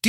Do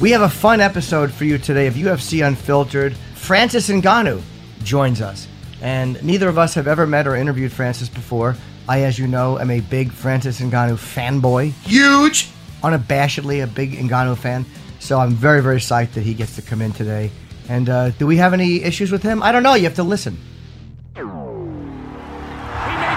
We have a fun episode for you today of UFC Unfiltered. Francis Ngannou joins us, and neither of us have ever met or interviewed Francis before. I, as you know, am a big Francis Ngannou fanboy, Huge. unabashedly a big Ngannou fan. So I'm very, very psyched that he gets to come in today. And uh, do we have any issues with him? I don't know. You have to listen. He may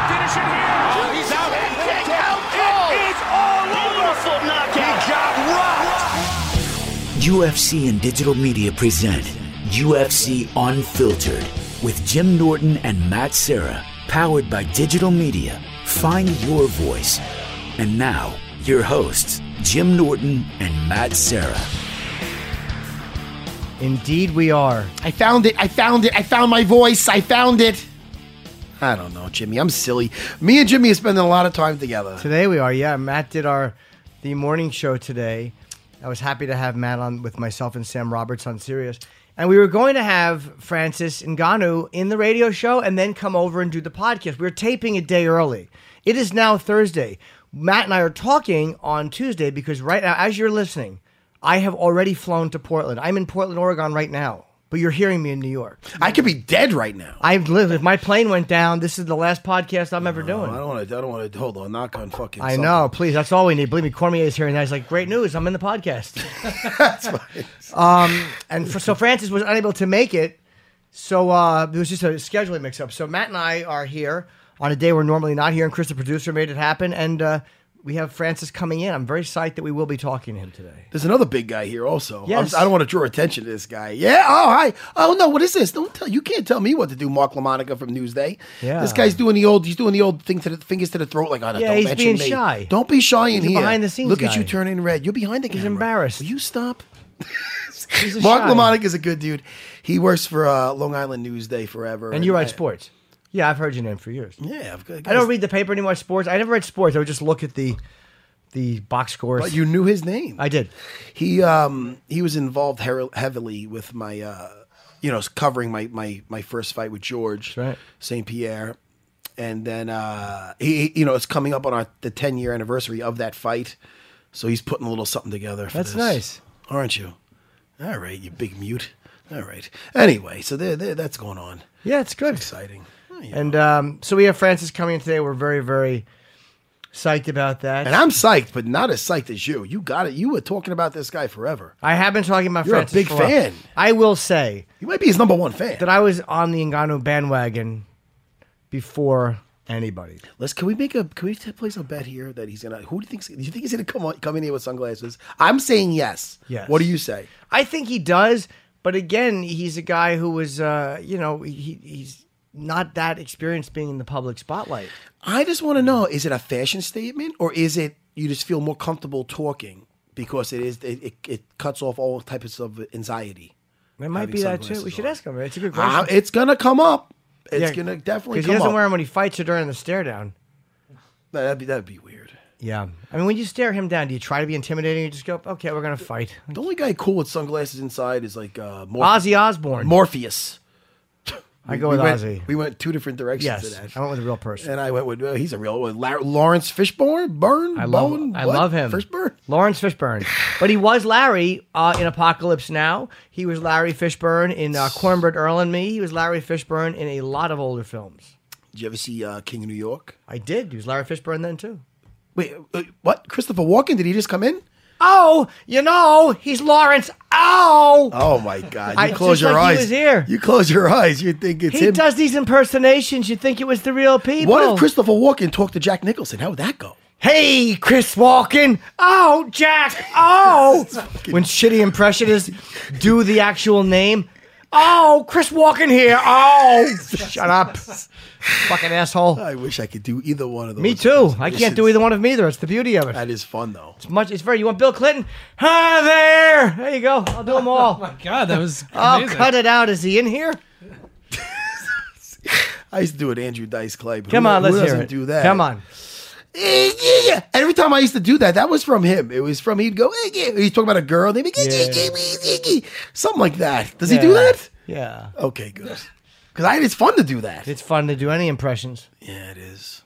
finish it here. he's out. It is all over. He got rocked. UFC and digital media present UFC Unfiltered with Jim Norton and Matt Serra, powered by digital media. Find your voice. And now, your hosts, Jim Norton and Matt Serra. Indeed, we are. I found it. I found it. I found my voice. I found it. I don't know, Jimmy. I'm silly. Me and Jimmy are spending a lot of time together. Today we are, yeah. Matt did our the morning show today. I was happy to have Matt on with myself and Sam Roberts on Sirius. And we were going to have Francis Ngannou in the radio show and then come over and do the podcast. We were taping a day early. It is now Thursday. Matt and I are talking on Tuesday because right now, as you're listening, I have already flown to Portland. I'm in Portland, Oregon right now, but you're hearing me in New York. I could be dead right now. I've lived, if my plane went down, this is the last podcast I'm ever doing. I don't want to. I don't want to. Hold on. Knock on fucking. I know. Please, that's all we need. Believe me, Cormier is here, and he's like, "Great news! I'm in the podcast." Um, and for, so Francis was unable to make it, so uh, it was just a scheduling mix-up. So Matt and I are here on a day we're normally not here, and Chris, the producer, made it happen, and uh, we have Francis coming in. I'm very psyched that we will be talking to him today. There's another big guy here also. Yes. I'm, I don't want to draw attention to this guy. Yeah. Oh, hi. Oh no, what is this? Don't tell you can't tell me what to do, Mark LaMonica from Newsday. Yeah. This guy's doing the old he's doing the old thing to the fingers to the throat like on a Yeah, don't he's mention being me. shy. Don't be shy in He's a here. behind-the-scenes Look guy. at you turning red. You're behind the camera. embarrassed. Will you stop? He's a Mark shy. LaMonica is a good dude. He works for uh, Long Island Newsday forever. and you I- write sports. Yeah, I've heard your name for years. Yeah, I've got, I don't read the paper anymore. Sports. I never read sports. I would just look at the the box scores. But you knew his name. I did. He um he was involved her- heavily with my uh you know covering my my my first fight with George That's right. St Pierre, and then uh he he- you know it's coming up on our the ten year anniversary of that fight, so he's putting a little something together. For That's this. nice. aren't you? All right, you big mute. All right. Anyway, so there, there that's going on. Yeah, it's good. Exciting. Oh, yeah. And um, so we have Francis coming in today. We're very, very psyched about that. And I'm psyched, but not as psyched as you. You got it. You were talking about this guy forever. I have been talking about You're a Francis. big for while. fan. I will say You might be his number one fan. that I was on the Engano bandwagon before anybody. Let's can we make a can we t- place a bet here that he's gonna who do you think do you think he's gonna come on, come in here with sunglasses? I'm saying yes. Yes. What do you say? I think he does, but again, he's a guy who was, uh, you know, he, he's not that experienced being in the public spotlight. I just want to know: is it a fashion statement or is it you just feel more comfortable talking because it is it it, it cuts off all types of anxiety? It might Having be that too. sunglasses We should on. ask him. It's a good Ah, question. it's gonna come up. It's Yeah, gonna definitely Because come he doesn't up. wear them when he fights or during the stare down. No, that'd be that'd be weird. Yeah. I mean, when you stare him down, do you try to be intimidating or just go, okay, we're going to fight? The only guy cool with sunglasses inside is like uh, Morphe- Ozzy Osbourne. Morpheus. I go with we went, Ozzy. We went two different directions. to yes. that. I went with a real person. And I went with well, he's a real one. La- Lawrence Fishburne, Burn, I love, Bone, I what? love him. Fishburne. Lawrence Fishburne. But he was Larry uh, in Apocalypse Now. He was Larry Fishburne in uh, Cornbread Earl and Me. He was Larry Fishburne in a lot of older films. Did you ever see uh, King of New York? I did. He was Larry Fishburne then, too. Wait, uh, what? Christopher Walken? Did he just come in? Oh, you know, he's Lawrence. Oh, Oh my God! You I- close just your like he eyes. was here. You close your eyes. You think it's he him? does these impersonations. You think it was the real people? What if Christopher Walken talked to Jack Nicholson? How would that go? Hey, Chris Walken. Oh, Jack. Oh. when shitty impressionists do the actual name. Oh, Chris Walken here. Oh, shut up. Fucking asshole. I wish I could do either one of those. Me too. I can't do either one of them either. It's the beauty of it. That is fun though. It's much. It's very. You want Bill Clinton? Hi there. There you go. I'll do them Oh all. My God, that was Oh, amazing. cut it out. Is he in here? I used to do it, Andrew Dice Clay. But Come who- on, let's who hear doesn't it. Do that. Come on. Eh, yeah, yeah. Every time I used to do that, that was from him. It was from he'd go. Eh, yeah. He's talking about a girl. and He'd be, "Eh, yeah, yeah, yeah, yeah, yeah." something like that. Does he do Yeah. that? Yeah. Okay, good. Because I it's fun to do that. It's fun to do any impressions. yeah, it is.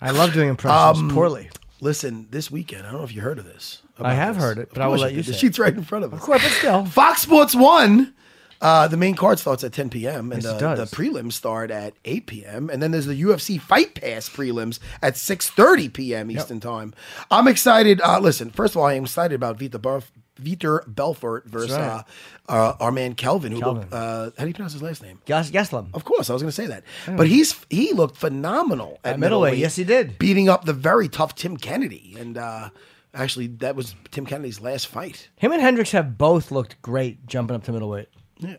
I love doing impressions Um, poorly. Listen, this weekend, I don't know if you heard of this. I have this. heard it, Of but I will course let you did. The say it. sheet's right in front of us. Of course, but still. Fox Sports One. Uh, the main card starts at 10 p.m. and Yes, it uh, the does. prelims start at 8 p.m. and then there's the UFC Fight Pass prelims at 6:30 p.m. Eastern Time. I'm excited. Uh, listen, first of all, I am excited about Vita Barf- Vitor Belfort versus right. uh, uh, our man Kelvin. Who Kelvin. Looked, uh, how do you pronounce his last name? Yes, Yeslam. Of course, I was going to say that. But he's he looked phenomenal at, At middleweight, yes, he did. beating up the very tough Tim Kennedy. And uh, actually, that was Tim Kennedy's last fight. Him and Hendricks have both looked great jumping up to middleweight.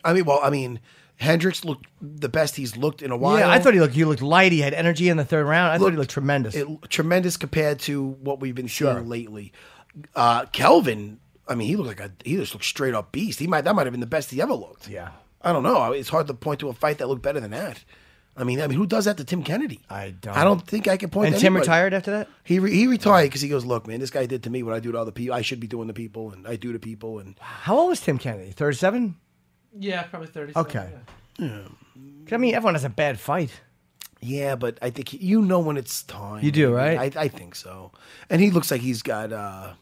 I mean, well, I mean, Hendricks looked the best he's looked in a while. Yeah, I thought he looked. He looked light. He had energy in the third round. I thought he looked tremendous. it, tremendous compared to what we've been seeing lately. Uh, Kelvin, I mean, he looked like a he just looked straight up beast. He might that might have been the best he ever looked. Yeah. I don't know. It's hard to point to a fight that looked better than that. I mean, I mean, who does that to Tim Kennedy? I don't. I don't think I can point. and to Tim anybody. retired after that. He re- he retired because he goes, look, man, this guy did to me what I do to other people. I should be doing to people, and I do to people, and How old was Tim Kennedy? Thirty-seven. yeah, probably thirty. Okay. I mean, everyone has a bad fight. yeah. But I think he, you know when it's time. You do, I- right? I, I think so. And he looks like he's got uh,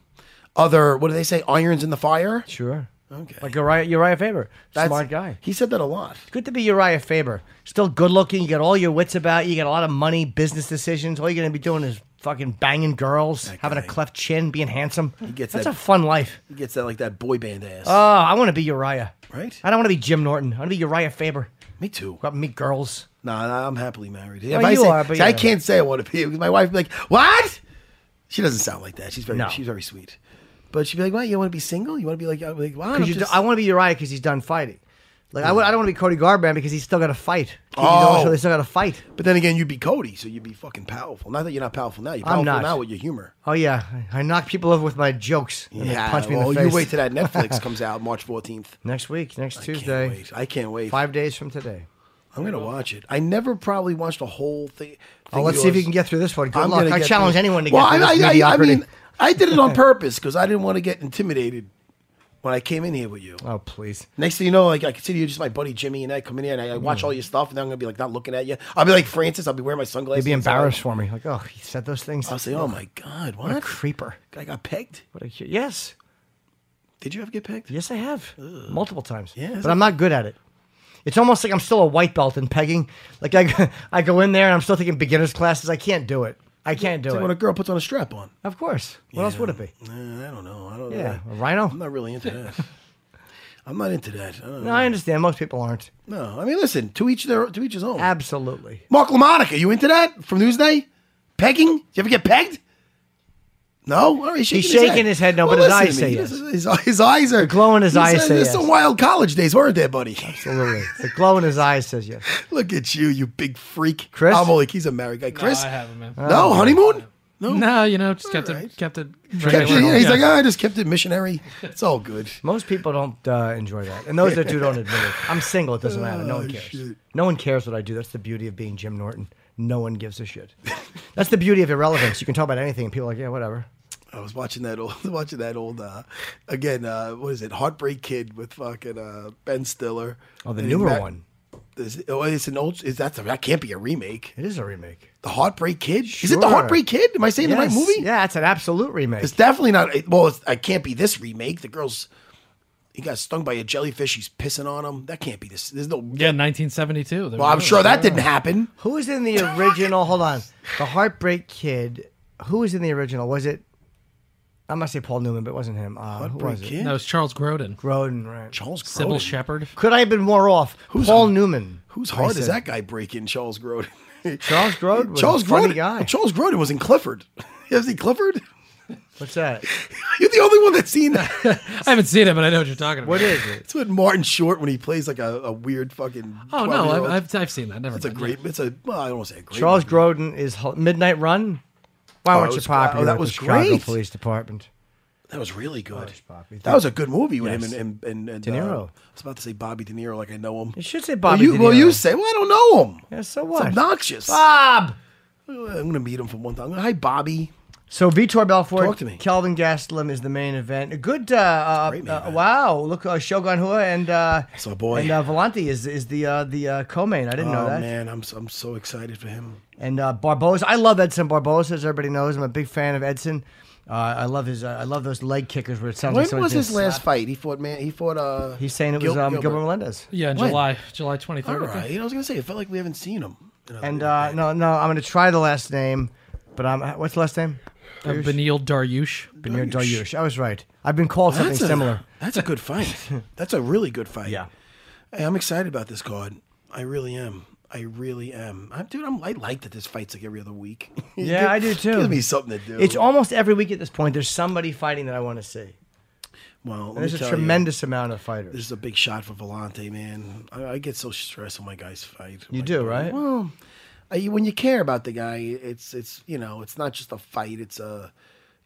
other what do they say? Irons in the fire. Sure. Okay. Like Uriah, Uriah Faber, That's- smart guy. He said that a lot. Good to be Uriah Faber. Still good looking. You got all your wits about you. You got a lot of money, business decisions. All you're gonna be doing is fucking banging girls, having a guy. cleft chin, being handsome. gets That's that- a fun life. He gets that like that boy band ass. Oh, I want to be Uriah. Right? I don't want to be Jim Norton. I want to be Uriah Faber. me too. Go out and meet girls. Nah, nah, I'm happily married. If Well, I you say- are, but see, I yeah. can't say I want to be because my wife be like, "What?" She doesn't sound like that. She's very No. she's very sweet. But she'd be like, "What? You want to be single? You want to be like, I'm like, wow, Because I want to be Uriah because he's done fighting. Like I, would, I don't want to be Cody Garbrandt because he's still got to fight. Keith Oh. Lee, they still got to fight. But then again, you'd be Cody, so you'd be fucking powerful. Not that you're not powerful now. You're I'm powerful not. now with your humor. Oh yeah, I, I knock people over with my jokes. And they punch me well, in the face. you wait till that Netflix comes out March 14th. next week, next I can't Tuesday, wait. I can't wait. five days from today. I'm gonna watch it. I never probably watched a whole thing. Oh, let's see if you can get through this one. Good I'm luck. gonna I get challenge through- anyone to Well, get through I, this I- I- mediocrity. I mean, I did it on purpose because I didn't want to get intimidated when I came in here with you. oh please. Next thing you know, like I consider you just my buddy Jimmy, and I come in here and I, I Mm. watch all your stuff, and then I'm gonna be like not looking at you. I'll be like Francis. I'll be wearing my sunglasses. They'd be and stuff. embarrassed for me. Like, oh, he said those things. I'll say, "Oh my god, what a what? creeper. I got pegged. What a, cu- yes, Did you ever get pegged? yes, I have multiple times. Yeah, but I'm not good at it. It's almost like I'm still a white belt in pegging. Like I, go- I go in there and I'm still taking beginners classes. I can't do it. I can't do It's like when a it. girl puts on a strap on. Of course. What else would it be? Nah, I don't know. I don't. Yeah, a know. I'm rhino. not really into that. I'm not into that. I don't No, know. I understand. Most people aren't. No, I mean, listen. To each their to each his own. Absolutely. Mark LaMonica, you into that from Newsday? Pegging? You ever get pegged? No? All right, shaking He's his shaking head. his head no, but his eyes to me. say He yes. doesn't- His, his eyes are glow in his he's- eyes say There's some yes. wild college days, weren't there, buddy? Absolutely. The glow in his eyes says yes. Look at you, you big freak. Chris? I'm only, he's a married guy. Chris? Oh, I haven't, man. no, honeymoon? No. no, you know, just kept right. it, kept it. Kept- regular. yeah, he's Yeah. like, oh, I just kept it missionary. It's all good. Most people don't uh, enjoy that. And those that do don't admit it. I'm single. It doesn't matter. No Oh, one cares. No one cares what I do. That's the beauty of being Jim Norton. No one gives a shit. That's the beauty of irrelevance. You can talk about anything and people are like, yeah, whatever. I was watching that old, watching that old, uh, again, uh, what is it? Heartbreak Kid with fucking uh, Ben Stiller. Oh, the And he newer mar- one. Is, oh, it's an old. Is that that can't be a remake? It is a remake. The Heartbreak Kid. Is it the Sure. Heartbreak Kid? Am I saying the right Yes. movie? Yeah, it's an absolute remake. It's definitely not. it- Well, it's, it can't be this remake. The girl's he got stung by a jellyfish. He's pissing on him. That can't be this. There's no. Yeah, 1972. Well, I'm sure that didn't happen. Who was in the original? Hold on. The Heartbreak Kid who was in the original? Was it? I'm not say Paul Newman, but it wasn't him. Uh, who was it? Kid? No, it's Charles Grodin. Grodin, right? Charles Sybil Grodin. Shepherd. Could I have been more off? Paul Newman? Whose I heart is said. that guy breaking, Charles Grodin? Charles Grodin was Charles a funny Grodin. guy. Charles Grodin was in Clifford. Is he Clifford? What's that? You're the only one that's seen that. I haven't seen it, but I know what you're talking about. What is it? It's with Martin Short when he plays like a, a weird fucking. Oh no, 12-year-old. I've, I've, I've seen that. Never. It's a mind. great. It's a. Well, I don't want to say a great. Charles Grodin is ho- Midnight Run. Why Oh, weren't it you was- wow, popular? that with was the Chicago great. Police Department. That was really good. Bobby. that was a good movie with Yes. him and and, and, and De uh, Niro. I was about to say Bobby De Niro, like I know him. You should say Bobby. Well, you, De well, you Niro. say, well, I don't know him. Yeah, so It's what? obnoxious. Bob. I'm gonna meet him for one time. Hi, Bobby. So Vitor Belfort, Talk to me. Kelvin Gastelum is the main event. A good, uh, uh, great main uh, event. wow! Look, uh, Shogun Hua and uh, our boy. and uh, Vellante is is the uh, the uh, co-main. I didn't know oh that. man, I'm so, I'm so excited for him. And uh, Barbosa, I love Edson Barbosa. As everybody knows, I'm a big fan of Edson. Uh, I love his. Uh, I love those leg kickers where it sounds. When like was someone's his gonna last slap. fight? He fought man. He fought. uh He's saying it was Gil- um, Gilbert Melendez. Yeah, in When? July, July 23rd. All I think. right. I was gonna say it felt like we haven't seen him. in a And little uh, bit. no, no, I'm going to try the last name, but I'm what's the last name? Uh, Benil Daryush. Benir Daryush. I was right. I've been called something a, similar. That's a good fight. that's a really good fight. Yeah. Hey, I'm excited about this card. I really am. I really am. I'm, dude, I'm, I like that this fight's like every other week. Yeah, I do too. Gives me something to do. It's almost every week at this point. There's somebody fighting that I want to see. well, let And me there's a tell tremendous amount of You, fighters. this is a big shot for Volante, man. I, I get so stressed when my guys fight. You Like, do, right? Well, I, when you care about the guy, it's it's you know, it's not just a fight. It's a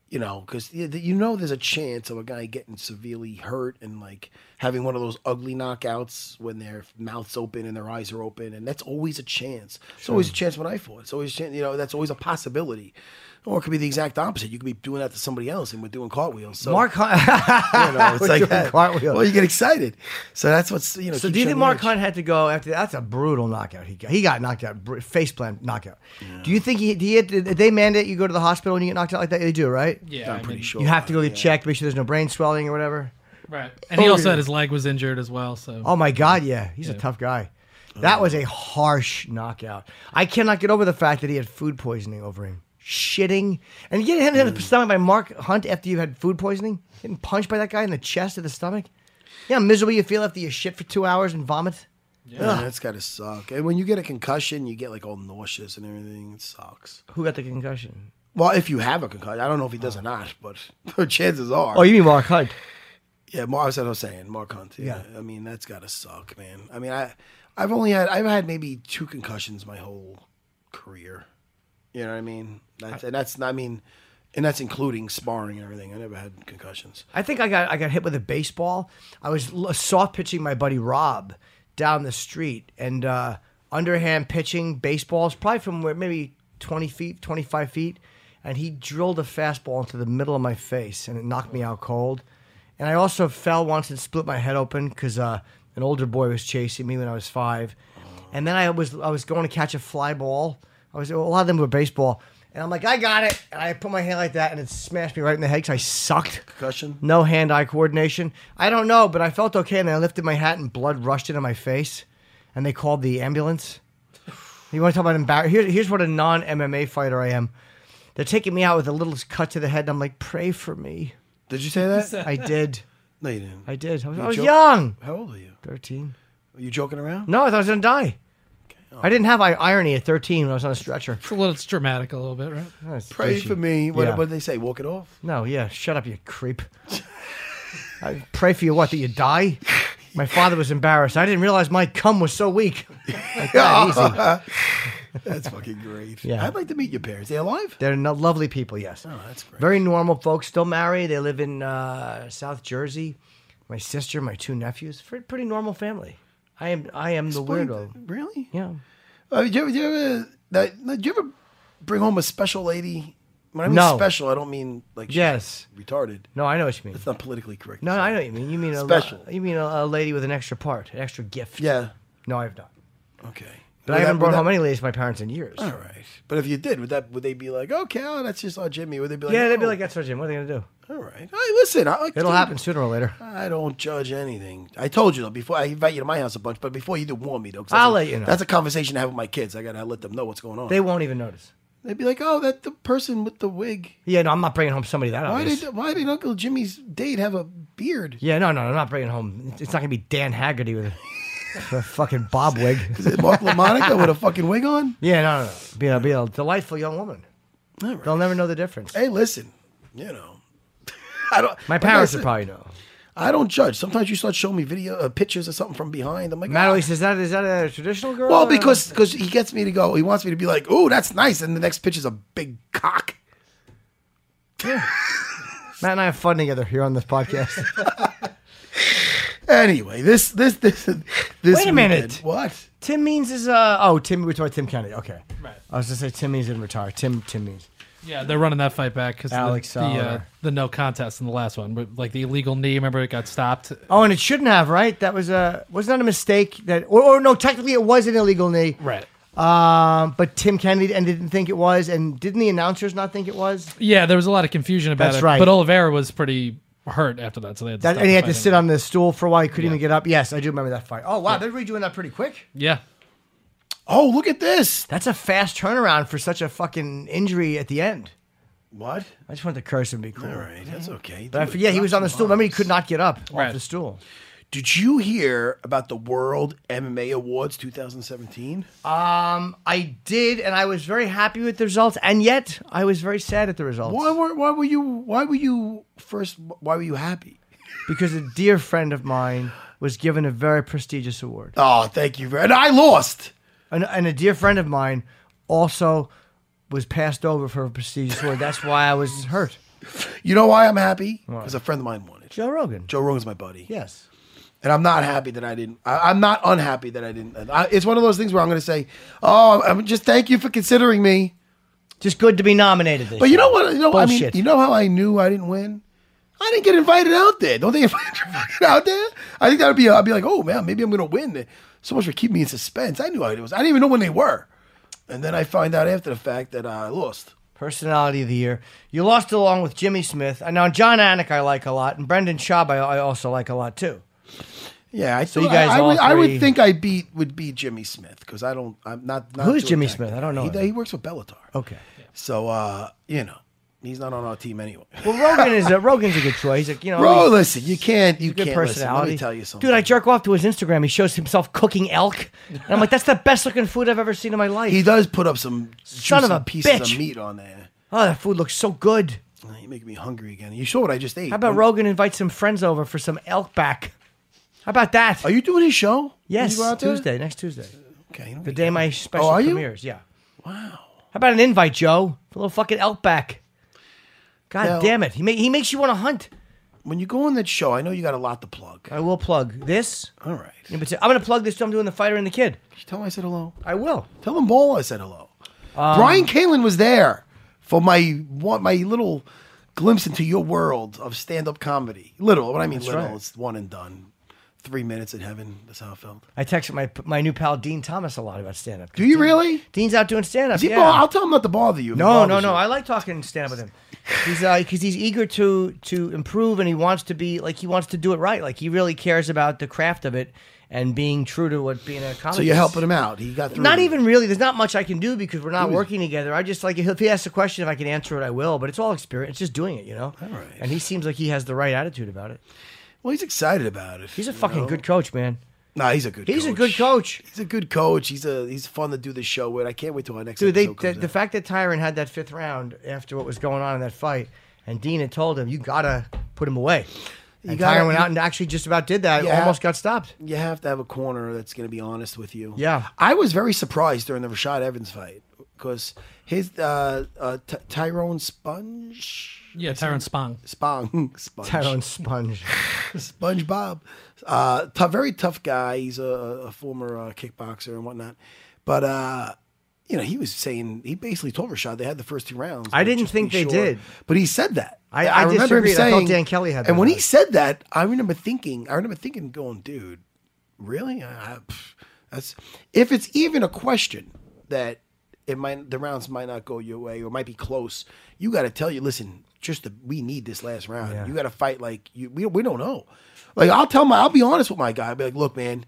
you know, because you, you know there's a chance of a guy getting severely hurt and like having one of those ugly knockouts when their mouth's open and their eyes are open, and that's always a chance. It's always a chance when I fought. It's always a chance, you know, that's always a possibility. Or it could be the exact opposite. You could be doing that to somebody else, and we're doing cartwheels. So Mark Hunt. you know, Oh, it's We're like doing that. cartwheels. Well, you get excited. So that's what's you know. so keeps do you on think the Mark edge. Hunt had to go after that? That's a brutal knockout. He got, he got knocked out, br- face plant knockout. Do you think he, he had, did they mandate you go to the hospital when you get knocked out like that? They do, right? Yeah, I'm I pretty mean, sure. You have to go get checked, make sure there's no brain swelling or whatever. Right, Oh, and he also yeah. had his leg was injured as well. So Oh my God, yeah, Oh, he's a Yeah. tough guy. That was a harsh knockout. I cannot get over the fact that he had food poisoning over him, shitting, and getting hit in the stomach by Mark Hunt after you had food poisoning, getting punched by that guy in the chest or the stomach. Yeah, miserable you feel after you shit for two hours and vomit. Yeah, that's gotta suck. And when you get a concussion, you get like all nauseous and everything. It sucks. Who got the concussion? Well, if you have a concussion, I don't know if he does or not, but chances are. Oh, you mean Mark Hunt? yeah, Mark. That's what I was saying. Mark Hunt. Yeah. I mean, that's gotta suck, man. I mean, I, I've only had, I've had maybe two concussions my whole career. You know what I mean? That's, and that's, I mean, and that's including sparring and everything. I never had concussions. I think I got I got hit with a baseball. I was l- soft pitching my buddy Rob down the street and uh, underhand pitching baseballs, probably from where maybe twenty feet, twenty five feet, and he drilled a fastball into the middle of my face and it knocked me out cold. And I also fell once and split my head open because uh, an older boy was chasing me when I was five. And then I was I was going to catch a fly ball. I was a lot of them were baseball. And I'm like, I got it. And I put my hand like that, and it smashed me right in the head because I sucked. Concussion? No hand eye coordination. I don't know, but I felt okay. And then I lifted my hat and blood rushed into my face. And they called the ambulance. You want to talk about embarrassing? Here, here's what a non MMA fighter I am. They're taking me out with a little cut to the head. And I'm like, pray for me. Did you say that? I did. no, you didn't. I did. I was, I You was joke- young. How old are you? 13. Are you joking around? No, I thought I was going to die. I didn't have i- irony at 13 when I was on a stretcher. it's a little it's dramatic, a little bit, right? Pray for me. What, Yeah. what did they say? Walk it off. No, yeah, shut up, you creep. I pray for you, what, that you die? My father was embarrassed. I didn't realize my cum was so weak. Like that easy. That's fucking great. Yeah. I'd like to meet your parents. They alive? They're no- lovely people, yes. Oh, that's great. Very normal folks, still married. They live in uh, South Jersey. My sister, my two nephews, Fr- pretty normal family. I am I am the Explain weirdo. that. Really? Yeah. Uh, did, you ever, did, you ever, that, that- did you ever bring home a special lady? When I mean No. special, I don't mean like she's Yes. retarded. No, I know what you mean. It's not politically correct. No, no, I know what you mean. You mean a Special. You mean a, a lady with an extra part, an extra gift. Yeah. No, I have not. Okay. But Would I haven't that- brought would home that- any ladies to my parents in years. All right. But if you did, would that would they be like, okay, oh, that's just our Jimmy? Would they be like, yeah, they'd be oh, like, "That's what Jim. What are they gonna do? all right. Hey, listen, I, It'll happen sooner or later." I don't judge anything. I told you though before I invite you to my house a bunch, but before you do, warn me though. 'cause I'll that's let a, you know. That's a conversation I have with my kids. I gotta let them know what's going on. They won't even notice. They'd be like, "Oh, that the person with the wig. Yeah, no, I'm not bringing home somebody that Why obvious. did why did Uncle Jimmy's date have a beard? yeah, no, no, I'm not bringing home. It's not gonna be Dan Haggerty with a, a fucking bob wig. Is it Mark LaMonica with a fucking wig on? Yeah, no, no, no. Be a, be a delightful young woman. All right. They'll never know the difference. Hey, listen, you know, I don't. My like parents I would said, probably know. I don't judge. Sometimes you start showing me video uh, pictures of something from behind. I'm like, Natalie "Ah." says that is that a traditional girl? well, or- because because he gets me to go. He wants me to be like, "Oh, that's nice," and the next picture's a big cock. Matt and I have fun together here on this podcast. Anyway, this this this this. Wait a minute. What? Tim Means is uh oh Tim we talked about Tim Kennedy. Okay, right. I was gonna say Tim Means didn't retire. Tim Tim Means. Yeah, they're running that fight back because Alex the, the, uh, Oliver. the no contest in the last one, but like the illegal knee. Remember, it got stopped. Oh, and it shouldn't have, right? That was a was not a mistake. That or, or no, technically it was an illegal knee. Right. Um, but Tim Kennedy and didn't think it was, and didn't the announcers not think it was? Yeah, there was a lot of confusion about That's it. right. But Oliveira was pretty hurt after that, so they had to That, stop and he the had to fight sit anyway. on the stool for a while. He couldn't even get up. Yes, I do remember that fight. Oh wow, they're redoing that pretty quick. Yeah, Oh, look at this. That's a fast turnaround for such a fucking injury at the end. What? I just wanted to curse and be cool. All right, that's okay. But I forget he was on the stool. Remember, he could not get up off Right. the stool. Did you hear about the World MMA Awards 2017? I did, and I was very happy with the results, and yet I was very sad at the results Why were why were you why were you first why were you happy? because a dear friend of mine was given a very prestigious award, Oh, thank you very. And I lost. and, and a dear friend of mine also was passed over for a prestigious award. That's why I was hurt. You know why I'm happy? Because a friend of mine won it. Joe Rogan. Joe Rogan's my buddy. Yes. And I'm not happy that I didn't. I, I'm not unhappy that I didn't. I, it's one of those things where I'm going to say, "Oh, I'm just thank you for considering me." Just good to be nominated. This But you year. know what? You know, I mean, Bullshit. you know how I knew I didn't win? I didn't get invited out there. Don't they invite you fucking out there? I think that would be. I'd be like, oh man, maybe I'm gonna win. So much for keeping me in suspense. I knew I was. I didn't even know when they were. And then I find out after the fact that uh, I lost. Personality of the year. You lost along with Jimmy Smith. And now John Anik I like a lot, and Brendan Schaub I, I also like a lot too. Yeah, I so you guys I, I all would, I three- would think I beat would beat Jimmy Smith because I don't. I'm not. not Who's too Jimmy attacked. Smith? I don't know He, him. Oh. he works with Bellator. Okay. So uh, you know, he's not on our team anyway. Well, Rogan is a, Rogan's a good choice. Like, you know, Bro, he's- listen, you can't. You good can't. Listen, personality. let me tell you something, Dude, I jerk off to his Instagram. He shows himself cooking elk. And I'm like, that's the best looking food I've ever seen in my life. He does put up some Son of juicy a pieces bitch. of meat on there. oh, that food looks so good. Oh, You're making me hungry again. You sure what I just ate? How about When- Rogan invites some friends over for some elk back? How about that? Are you doing his show? When yes, you go out there? Tuesday, next Tuesday. Okay. you know The we day can- my special Oh, are you? premieres. Yeah. Wow. How about an invite, Joe? For a little fucking elk back. God Now- damn it. He, ma- he makes you want to hunt. When you go on that show, I know you got a lot to plug. I will plug this. All right. in particular. I'm going to plug this too. I'm doing The Fighter and the Kid. Just Tell him I said hello. I will. Tell them all I said hello. Um, Brian Kalin was there for my one, my little glimpse into your world of stand up comedy. Little. What I mean, little. right. It's one and done. Three minutes in heaven. That's how it felt. I text my my new pal Dean Thomas a lot about stand up. Do you really? Dean's out doing stand up. Is he Yeah. bo- I'll tell him not to bother you. if he no, no, bothers no. you. I like talking stand up with him. He's because he's eager to to improve and he wants to be like he wants to do it right. Like he really cares about the craft of it and being true to what being a comedy. so you're is. helping him out. He got through. Not it. even really. There's not much I can do because we're not working together. I just like if he asks a question, if I can answer it, I will. But it's all experience. It's just doing it, you know. All right. And he seems like he has the right attitude about it. Well, he's excited about it. He's a you fucking know? good coach, man. Nah, he's a good. He's a coach. good coach. He's a good coach. He's a he's fun to do this show with. I can't wait till our next. Dude, they, episode the, comes the out. fact that Tyron had that fifth round after what was going on in that fight, and Dean had told him, you gotta put him away. And gotta- Tyron went out and actually just about did that. Yeah. Almost got stopped. you have to have a corner that's going to be honest with you. Yeah. I was very surprised during the Rashad Evans fight because his uh, uh, Ty Tyrone Sponge yeah. Tyrone Spong. Spong Sponge Tyron Sponge. SpongeBob. Uh, tough, very tough guy. He's a, a former uh, kickboxer and whatnot. But uh, you know, he was saying he basically told Rashad they had the first two rounds. I but didn't just think be they did. but he said that. I- I disagreed. I thought Dan Kelly had And that when he right. said that, I remember thinking. I remember thinking, going, dude, really? I, I- pff, that's if it's even a question that it might the rounds might not go your way or might be close. You got to tell you, listen, just the, we need this last round. You got to fight like you. We, we don't know. Like I'll tell my, I'll be honest with my guy. I'll be like, look, man,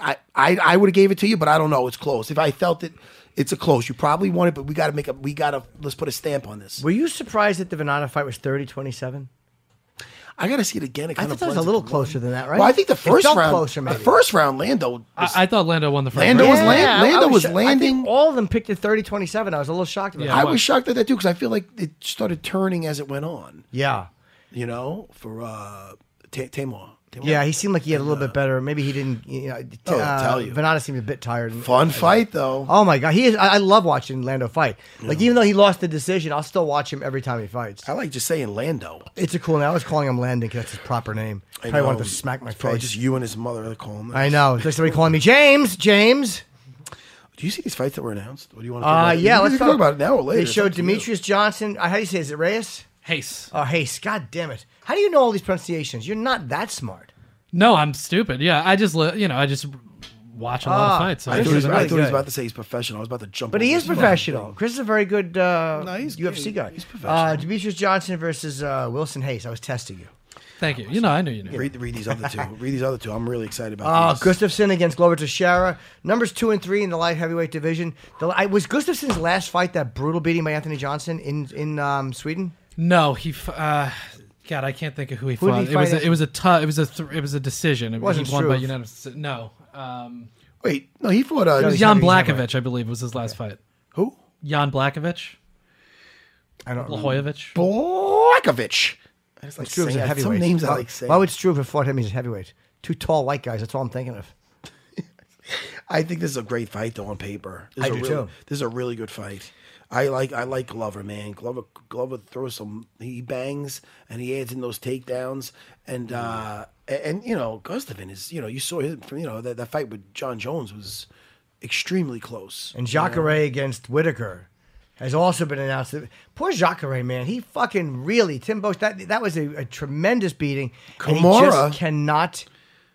I I, I would have gave it to you, but I don't know. It's close. If I felt it, it's a close. You probably won it, but we got to make a we got to let's put a stamp on this. Were you surprised that the Venata fight was 30 27? I got to see it again. It I kind thought of that was a little closer than that, right? Well, I think the It first felt round, closer, the maybe. first round, Lando. Was, I, I thought Lando won the first Lando round. was Lan- I- I Lando was sho- I think landing- all of them picked at 30 27. I was a little shocked about Yeah. that. I what? was shocked at that too because I feel like it started turning as it went on. Yeah. You know, for uh, Ta Tamar. Tamar. Yeah, he seemed like he had a little bit better. Maybe he didn't. You know, t- Oh, uh, tell you. Venata seemed a bit tired. Fun fight though. Oh my god, he is. I, I love watching Lando fight. Like even though he lost the decision, I'll still watch him every time he fights. I like just saying Lando. It's a cool name. I was calling him Landon because that's his proper name. I probably know. wanted to smack my Um, It's probably face. just you and his mother that call him. that. I know. There's somebody calling me James. James. Do you see these fights that were announced? What do you want to? Uh, talk about? yeah, You let's can talk about it now or later. They It's showed up to you. Demetrius Johnson. Uh, how do you say? Is it Reyes? Hayes. Oh, hey, God damn it! How do you know all these pronunciations? You're not that smart. No, I'm stupid. Yeah, I just li- you know I just watch a lot Ah, of fights. So I thought, he He's was, I really thought he was good. about to say he's professional. I was about to jump. But he over is his fucking professional. thing. Chris is a very good uh, No, he's- UFC he- guy. he's professional. uh, Demetrius Johnson versus uh, Wilson Hayes. I was testing you. Thank you. You know, I knew you knew. Read, read these other two. read these other two. I'm really excited Uh, about. these. Gustafson against Glover Teixeira. Numbers two and three in the light heavyweight division. The, I, was Gustafson's last fight that brutal beating by Anthony Johnson in in um, Sweden? No, he. f- Uh, God, I can't think of who he Who did fought. he it was. fight A, it was a tough. It was a. Th- it was a decision. It Wasn't he won by Struve. unanimous. deci- No, um, Wait, no, he fought. Uh, it was he's Jan never- he's Blakovic, I believe, was his last fight. who? Jan Blakovic, I don't Mm. know. Blahojevic. Blakovic. I just like Struve's saying- a heavyweight. uh, Some names I why, like saying. why would Struve have fought him? He's a heavyweight. Two tall white guys. That's all I'm thinking of. I think this is a great fight though on paper. This I is a do, really, too. This is a really good fight. I like I like Glover, man. Glover Glover throws some he bangs and he adds in those takedowns Mm. and uh a- and you know, Gustafin is you know, you saw his you know, that, that fight with John Jones was extremely close. And Jacare against Whitaker has also been announced. Poor Jacare, man. He fucking really Tim Bosch. That that was a, a tremendous beating. and he Kimura. just cannot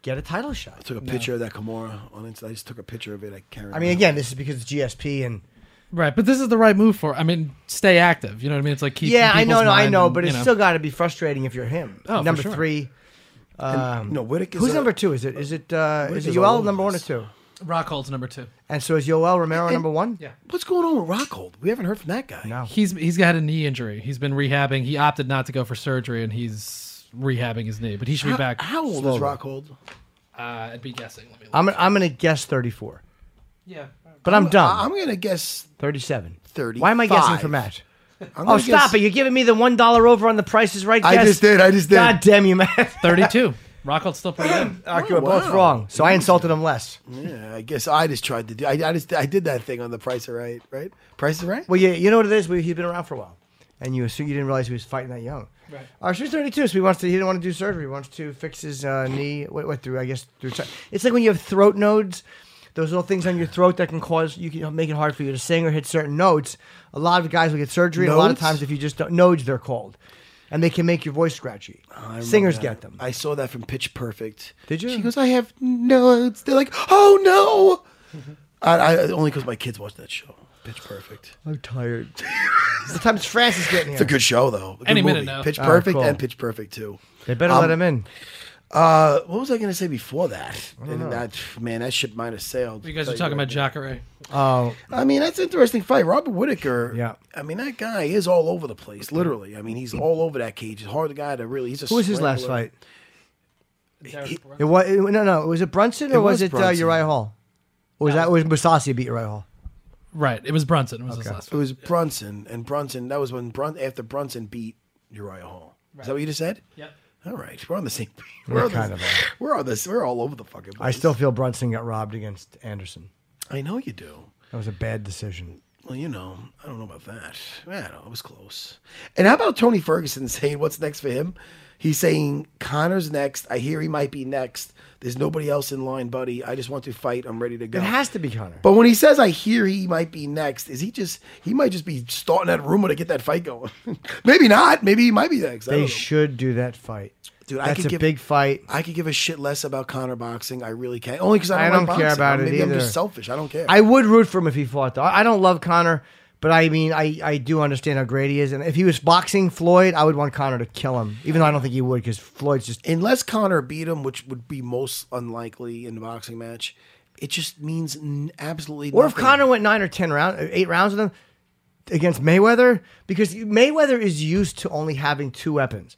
get a title shot. took a picture of that Kimura on Insta. I just took a picture of it. I can't I mean, remember. again, this is because it's GSP and. Right, but this is the right move for. I mean, stay active. You know what I mean? It's like keep. Yeah, in I know, people's no, I mind know, and, but you it's still got to be frustrating if you're him. Oh, for number sure. three. you know, Whitaker's Who's a- number two? Is it is it uh, is it Whitaker's all Yoel over number one or this. two? Rockhold's number two. And so is Yoel Romero number one? Yeah. What's going on with Rockhold? We haven't heard from that guy. No. He's he's got a knee injury. He's been rehabbing. He opted not to go for surgery, and he's rehabbing his knee. But he should be How, back. how old slowly. is Rockhold? Uh, I'd be guessing. Let me look. I'm I'm gonna guess 34, yeah. but I'm I- dumb. I'm gonna guess 37. 35. Why am I guessing for Matt? I'm Oh, gonna stop guess- it! You're giving me the one dollar over on the prices right. I guess. just did, I just did. God damn you, Matt! Thirty-two. Rockhold's still pretty good. All right, you were both wow. wrong, so I insulted him less. Yeah, I guess I just tried to do. I, I just I did that thing on the Price is Right, right? Price is Right. Well, yeah, you know what it is. We, he's been around for a while, and you assume you didn't realize he was fighting that young. Right. Uh, so he's 32, so he wants to. He didn't want to do surgery. He wants to fix his uh, knee. What, what through? I guess through. ti- It's like when you have throat nodes. Those little things on your throat that can cause you can make it hard for you to sing or hit certain notes. A lot of guys will get surgery. and A lot of Nodes? times, if you just don't nodes, they're called, and they can make your voice scratchy. Singers get them. I saw that from Pitch Perfect. Did you? She goes, I have notes. They're like, oh no. I, I only because my kids watch that show. Pitch Perfect. I'm tired. Sometimes Francis getting It's a here. good show though. A good Any minute movie. now. Pitch Oh, Perfect cool. and Pitch Perfect too. They better Um, let him in. Uh, what was I gonna say before that? And Uh-huh. that man, that ship might have sailed. You guys Tell are talking what. about Jacare. Oh, I mean, that's an interesting fight. Robert Whitaker. Yeah. I mean, that guy is all over the place, literally. I mean, he's all over that cage. He's a hard guy to really. He's a who was his last scrambler. fight? It was no, no. Was it Brunson or It was, was it uh, Brunson. Uriah Hall? Or was that was Masasi beat Uriah Hall? Right. It was Brunson. Was his last It was Brunson, and Brunson. That was when Brun after Brunson beat Uriah Hall. Is that what you just said? Yep. All right, we're on the same. We're, on kind the, of We're on this. We're all over the fucking. I Place. still feel Brunson got robbed against Anderson. I know you do. That was a bad decision. Well, you know, I don't know about that. I know it was close. And how about Tony Ferguson saying what's next for him? He's saying Connor's next. I hear he might be next. There's nobody else in line, buddy. I just want to fight. I'm ready to go. It has to be Connor. But when he says, "I hear he might be next," is he just he might just be starting that rumor to get that fight going? Maybe not. Maybe he might be next. I don't they know. should do that fight. Dude, I That's could a give- big fight. I could give a shit less about Connor boxing. I really can. Only because I don't, I like don't care boxing. about it Maybe I'm either. just selfish. I don't care. I would root for him if he fought. Though I don't love Connor, But I mean, I, I do understand how great he is, and if he was boxing Floyd, I would want Connor to kill him, even though I don't think he would, because Floyd's just unless Connor beat him, which would be most unlikely in the boxing match, it just means n- absolutely. Or if nothing. Connor went nine or ten rounds, eight rounds with him against Mayweather, because Mayweather is used to only having two weapons.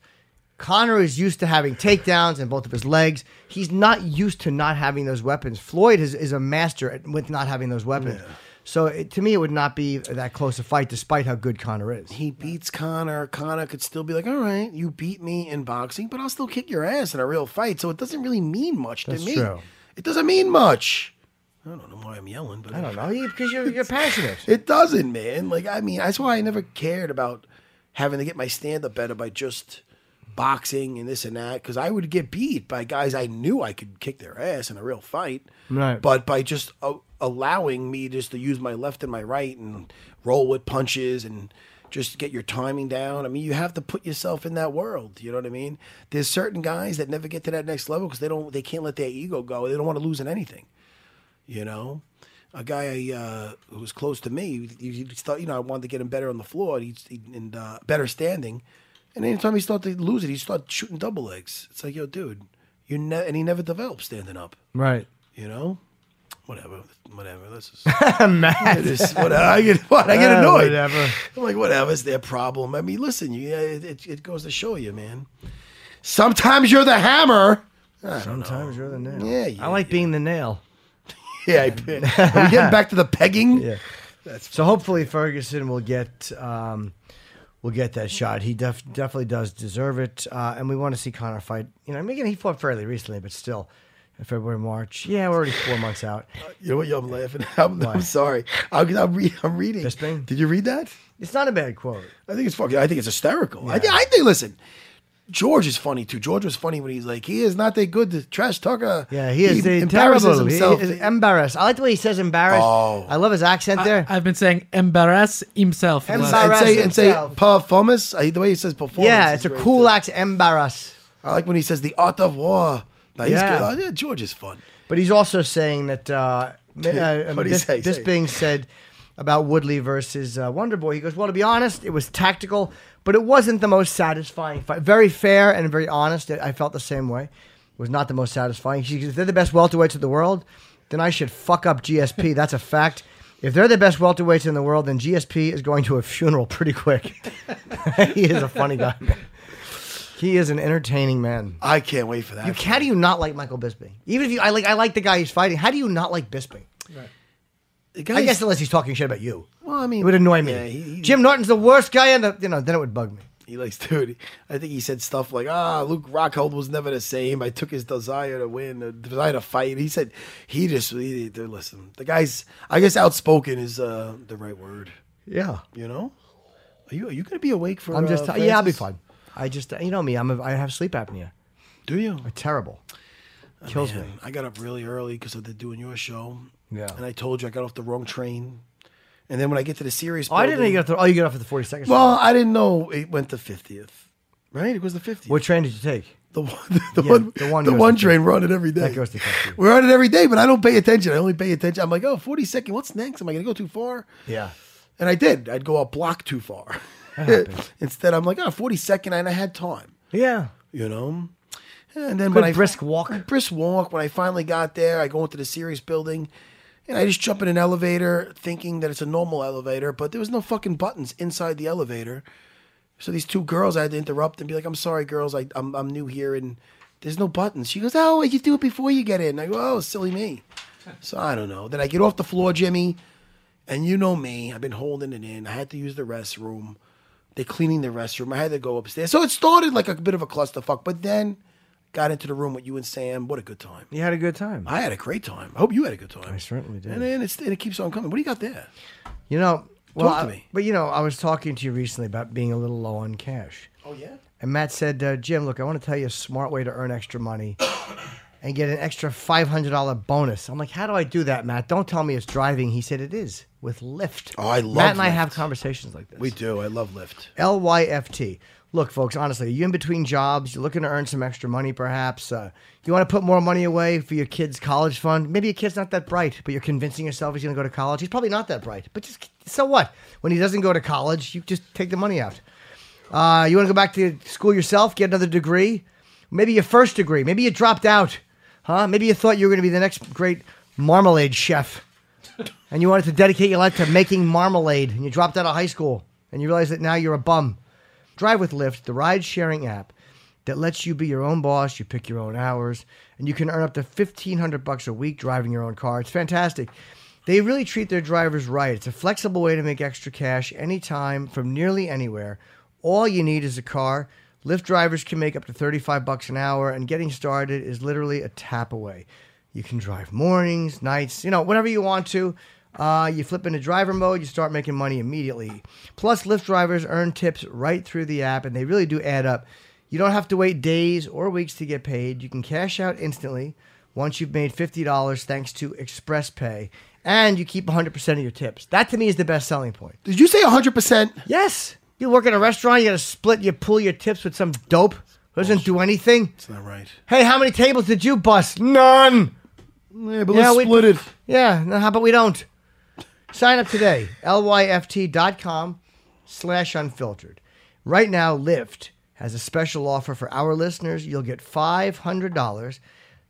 Connor is used to having takedowns in both of his legs. He's not used to not having those weapons. Floyd is, is a master at, with not having those weapons. So it, to me, it would not be that close a fight, despite how good Connor is. he beats Connor, Connor could still be like, "All right, you beat me in boxing, but I'll still kick your ass in a real fight." So it doesn't really mean much That's to me. true. It doesn't mean much. I don't know why I'm yelling, but I don't know because Oh, you're, you're passionate. It doesn't, man. Like I mean, that's why I never cared about having to get my stand up better by just boxing and this and that because I would get beat by guys I knew I could kick their ass in a real fight. Right. But by just uh, allowing me just to use my left and my right and roll with punches and just get your timing down. I mean, you have to put yourself in that world. You know what I mean? There's certain guys that never get to that next level because they don't, they can't let their ego go. They don't want to lose in anything you know a guy uh, who was close to me he, he thought you know i wanted to get him better on the floor and, he, he- and uh, better standing and anytime he started to lose it he started shooting double legs it's like yo dude you ne-, and he never developed standing up Right. you know whatever whatever this is this whatever i get what i get Ah, annoyed whatever. i'm like whatever it's their problem i mean listen you it, it, it goes to show you man sometimes you're the hammer Sometimes you're the nail. Yeah, yeah, I like being the nail. yeah I, are we getting back to the pegging Yeah. so hopefully Ferguson will get um, will get that shot. He def- definitely does deserve it, uh, and we want to see Connor fight. You know, I mean, again, he fought fairly recently, but still, February, March. Yeah, we're already four months out. You know what? Yo, I'm laughing. I'm, Why? I'm sorry. I'm, I'm, re- I'm reading. Bisping? Did you read that? It's not a bad quote. I think it's fucking. I think it's hysterical. I, thi- I think. Listen, George is funny too. George was funny when he's like, he is not that good. The trash talker. Yeah, he is a embarrasses terrible. He himself. is embarrassed. I like the way he says embarrassed. Oh. I love his accent there. I've been saying embarrass himself. for the last- and say and say himself. performance. I, the way he says performance. yeah, is it's a great, cool too. accent. Embarrass. I like when he says the art of war. Now, he's Yeah. good. Oh, yeah, George is fun. But he's also saying that uh, uh, What'd he Bis- say? Say it. Bisping said about Woodley versus uh, Wonderboy. He goes, "Well, to be honest, it was tactical, but it wasn't the most satisfying fight. Very fair and very honest. I I felt the same way. It was not the most satisfying. She goes, if they're the best welterweights in the world, then I should fuck up GSP. That's a fact." If they're the best welterweights in the world, then GSP is going to a funeral pretty quick. he is a funny guy. He is an entertaining man. I can't wait for that. You how do you not like Michael Bisping? Even if you, I like, I like the guy he's fighting. How do you not like Bisping? The I guy's- guess unless he's talking shit about you, Well, I mean, it would annoy me. yeah, he- he- Jim Norton's the worst guy in the, you know, then it would bug me. He likes, dude. I think he said stuff like, "Ah, Luke Rockhold was never the same. I took his desire to win, the desire to fight." He said, "He just he, they- listen." The guy's, I guess, outspoken is uh, the right word. Yeah, You know? Are you are you gonna be awake for? I'm just, uh, yeah, I'll be Francis? fine. I just, you know me, I'm, a, I have sleep apnea. Do you? Terrible, Oh, kills me. I got up really early because of the doing your show. Yeah. And I told you I got off the wrong train, and then when I get to the serious, Oh, I didn't even building- get off. The, oh, you got off at the 40 seconds. Well, I didn't know it went to fiftieth. Right? It was the fiftieth. what train did you take? The one, the Yeah, one, the the one one, goes to train we're on it every day. That goes to Kentucky. We're on it every day, but I don't pay attention. I only pay attention. I'm like, oh, 40 second. What's next? Am I gonna go too far? Yeah, And I did. I'd go a block too far. Instead, I'm like, oh, 40 second, and I had time. yeah. You know. And then Good when I brisk walk. brisk walk. When I finally got there, I go into the Sirius building, and I just jump in an elevator, thinking that it's a normal elevator, but there was no fucking buttons inside the elevator. So these two girls, I had to interrupt and be like, "I'm sorry, girls, I, I'm I'm new here, and there's no buttons." She goes, "Oh, you do it before you get in." I go, "Oh, silly me." So I don't know. Then I get off the floor, Jimmy, and you know me, I've been holding it in. I had to use the restroom. They're cleaning the restroom. I had to go upstairs. So it started like a bit of a clusterfuck, but then got into the room with you and Sam. What a good time. You had a good time. I had a great time. I hope you had a good time. I certainly did. And then it's, and it keeps on coming. What do you got there? You know, well, Talk to I- me. but you know, I was talking to you recently about being a little low on cash. Oh yeah. And Matt said, uh, Jim, look, I want to tell you a smart way to earn extra money and get an extra $500 bonus. I'm like, how do I do that, Matt? Don't tell me it's driving. He said it is with Lyft. Oh, I Matt love and I have Lyft. conversations like this. We do. I love Lyft. L Y F T. Look, folks, honestly, you in between jobs, you're looking to earn some extra money, perhaps. Uh, you want to put more money away for your kid's college fund. Maybe your kid's not that bright, but you're convincing yourself he's going to go to college. He's probably not that bright, but just so what? When he doesn't go to college, you just take the money out. Uh, you want to go back to school yourself, get another degree? Maybe your first degree. Maybe you dropped out, huh? Maybe you thought you were going to be the next great marmalade chef and you wanted to dedicate your life to making marmalade, and you dropped out of high school, and you realize that now you're a bum. Drive with Lyft, the ride sharing app that lets you be your own boss. You pick your own hours, and you can earn up to fifteen hundred bucks a week driving your own car. It's fantastic. They really treat their drivers right. It's a flexible way to make extra cash anytime from nearly anywhere. All you need is a car. Lyft drivers can make up to 35 bucks an hour and getting started is literally a tap away. You can drive mornings, nights, you know, whenever you want to. Uh, you flip into driver mode, you start making money immediately. Plus, Lyft drivers earn tips right through the app, and they really do add up. You don't have to wait days or weeks to get paid. You can cash out instantly once you've made $50 thanks to Express Pay, and you keep 100% of your tips. That to me is the best selling point. Did you say 100%? Yes. You work in a restaurant, you got to split, you pull your tips with some dope who doesn't do anything. That's not right. Hey, how many tables did you bust? None. Yeah, but Yeah, let's we- split it. Yeah, no, how about we don't? Sign up today, lyft.com slash unfiltered. Right now, Lyft has a special offer for our listeners. You'll get $500,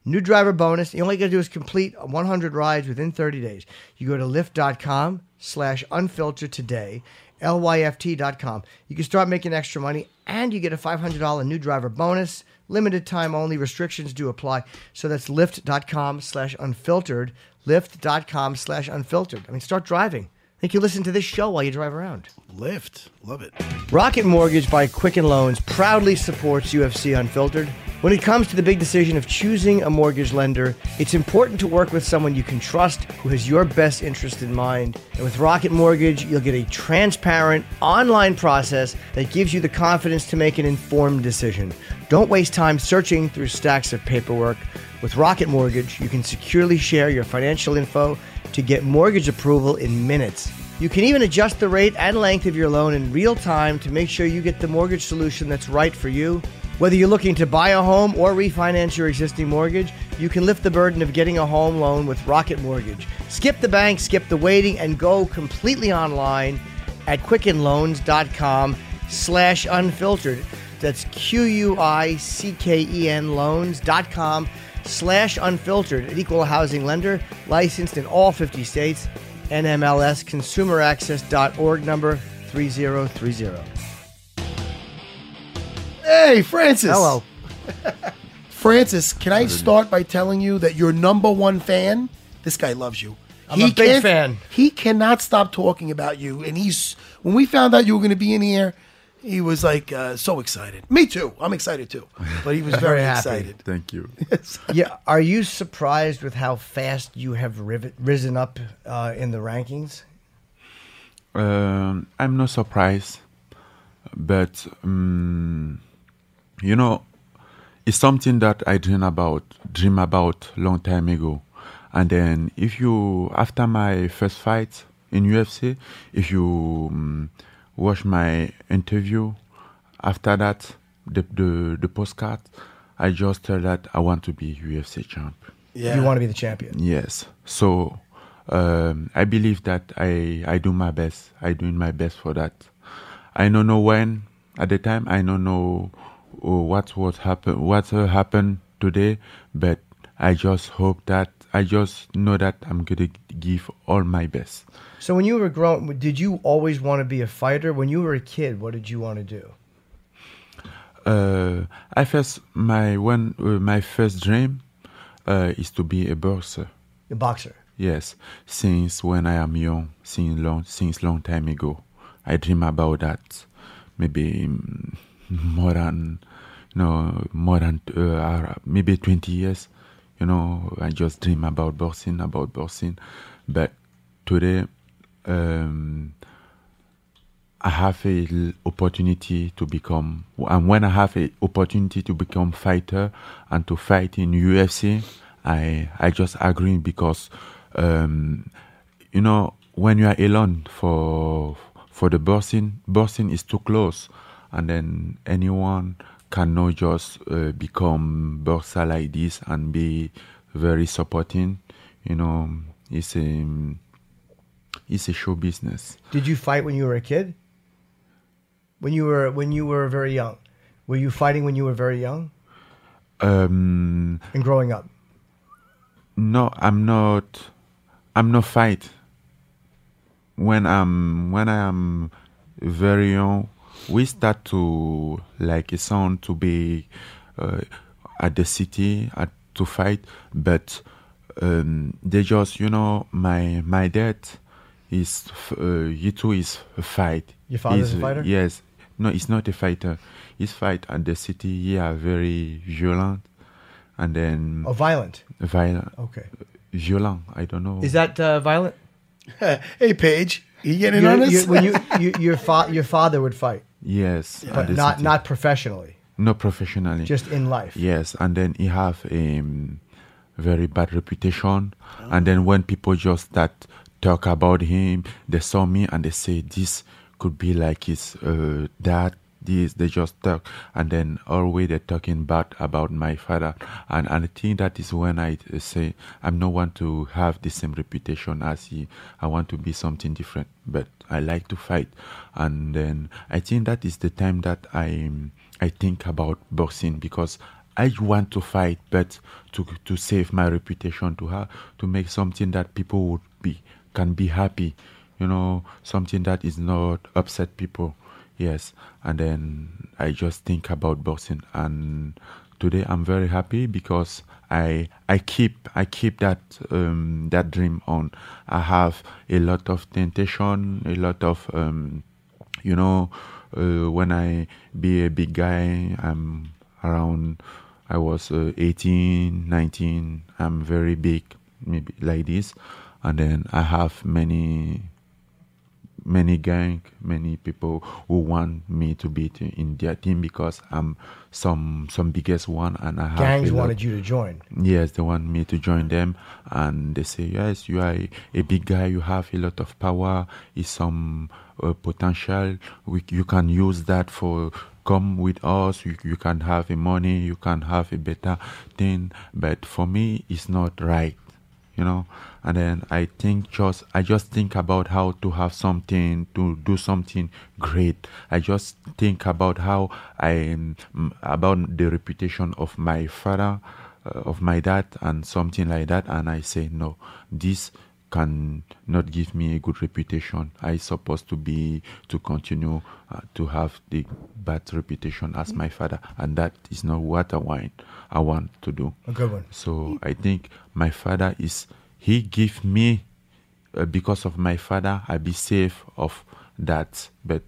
new driver bonus. You only got to do is complete 100 rides within 30 days. You go to lyft.com slash unfiltered today, lyft.com. You can start making extra money, and you get a $500 new driver bonus. Limited time only. Restrictions do apply. So that's lyft.com slash unfiltered. Lyft.com slash unfiltered. I mean, start driving. I think you listen to this show while you drive around. Lyft. Love it. Rocket Mortgage by Quicken Loans proudly supports UFC Unfiltered. When it comes to the big decision of choosing a mortgage lender, it's important to work with someone you can trust who has your best interest in mind. And with Rocket Mortgage, you'll get a transparent online process that gives you the confidence to make an informed decision. Don't waste time searching through stacks of paperwork. With Rocket Mortgage, you can securely share your financial info to get mortgage approval in minutes. You can even adjust the rate and length of your loan in real time to make sure you get the mortgage solution that's right for you. Whether you're looking to buy a home or refinance your existing mortgage, you can lift the burden of getting a home loan with Rocket Mortgage. Skip the bank, skip the waiting, and go completely online at quickenloans.com slash unfiltered. That's Q-U-I-C-K-E-N loans.com slash unfiltered. An equal housing lender licensed in all 50 states. NMLS consumeraccess.org number 3030. Hey, Francis. Hello. Francis, can I start by telling you that your number one fan, this guy loves you. I'm a big fan. He cannot stop talking about you. And he's, when we found out you were going to be in here, he was like uh, so excited. Me too. I'm excited too. But he was very, happy. excited. Thank you. Yeah, are you surprised with how fast you have rivet, risen up uh, in the rankings? Um, I'm not surprised, but um, you know, it's something that I dream about, dream about long time ago. And then, if you after my first fight in UFC, if you um, watch my interview, after that, the the, the postcard, I just tell that I want to be UFC champ. Yeah. You want to be the champion. Yes. So um, I believe that I I do my best. I doing my best for that. I don't know when at the time. I don't know uh, what what happen what uh, happened today, but I just hope that I just know that I'm gonna give all my best. So when you were grown, did you always want to be a fighter? When you were a kid, what did you want to do? Uh, I first my one uh, my first dream uh, is to be a boxer. A boxer. Yes, since when I am young, since long, since long time ago, I dream about that. Maybe mm, more than, you know, more than uh, ar- maybe 20 years. You know, I just dream about boxing, about boxing. But today, um, I have a l- opportunity to become, and when I have a opportunity to become fighter and to fight in UFC, I I just agree because, um, you know, when you are alone for for the boxing, boxing is too close, and then anyone cannot just uh, become boxer like this and be very supporting. You know, it's a it's a show business. Did you fight when you were a kid? When you were when you were very young, were you fighting when you were very young Um, and growing up? no, I'm not. I'm not fight. When I'm when I am very young, we start to like it sound to be uh, at the city at, to fight, but um, they just you know my my dad is f- uh, he too is a fight. Your father's a He's- uh, fighter? Yes, no, he's not a fighter. His fight at the city here are very violent, and then Oh, violent. violent. Okay. Violent, I don't know. Is that uh, violent? Hey, Paige, you getting in You, on this? you, when you, you your fa- your father would fight, yes? at but the not city. not professionally, no professionally. just in life. yes, and then he have a um, very bad reputation, and then when people just start talk about him, they saw me and they say this could be like his uh, dad. This they just talk, and then always they're talking bad about my father, and and I think that is when I uh, say I'm not want to have the same reputation as he. I want to be something different, but I like to fight, and then I think that is the time that I um, I think about boxing because I want to fight, but to to save my reputation, to have to make something that people would be can be happy, you know, something that is not upset people. Yes, and then I just think about boxing, and today I'm very happy because I I keep I keep that um, that dream on. I have a lot of temptation, a lot of. Um, you know uh, when i be a big guy i'm around i was uh, 18 19 i'm very big maybe like this and then i have many many gang many people who want me to be t- in their team because i'm some some biggest one and i have Gangs a lot- wanted you to join. Yes, they want me to join them, and they say, "Yes, you are a, a big guy. You have a lot of power. Is some uh, potential. We, you can use that for come with us. You, you can have a money. You can have a better thing. But for me, it's not right, you know. And then I think just I just think about how to have something to do something great. I just think about how I mm, about the reputation of my father uh, of my dad and something like that and i say no this can not give me a good reputation i supposed to be to continue uh, to have the bad reputation as my father and that is not what i want i want to do A good one. so i think my father is he give me uh, because of my father i be safe of that but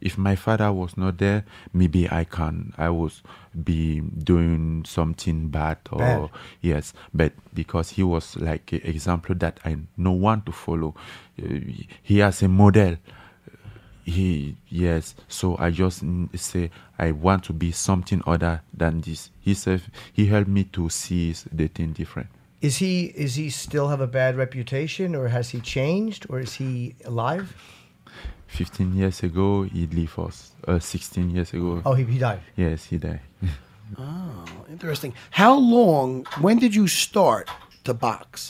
if my father was not there maybe i can i was be doing something bad or Bad. yes but because he was like an example that i no want to follow Uh, he has a model he yes so i just n- say i want to be something other than this he said he helped me to see s- the thing different Is he is he still have a bad reputation, or has he changed, or is he alive? 15 years ago he left us uh, 16 years ago Oh, he, he died. yes he died Interesting. How long? When did you start to box?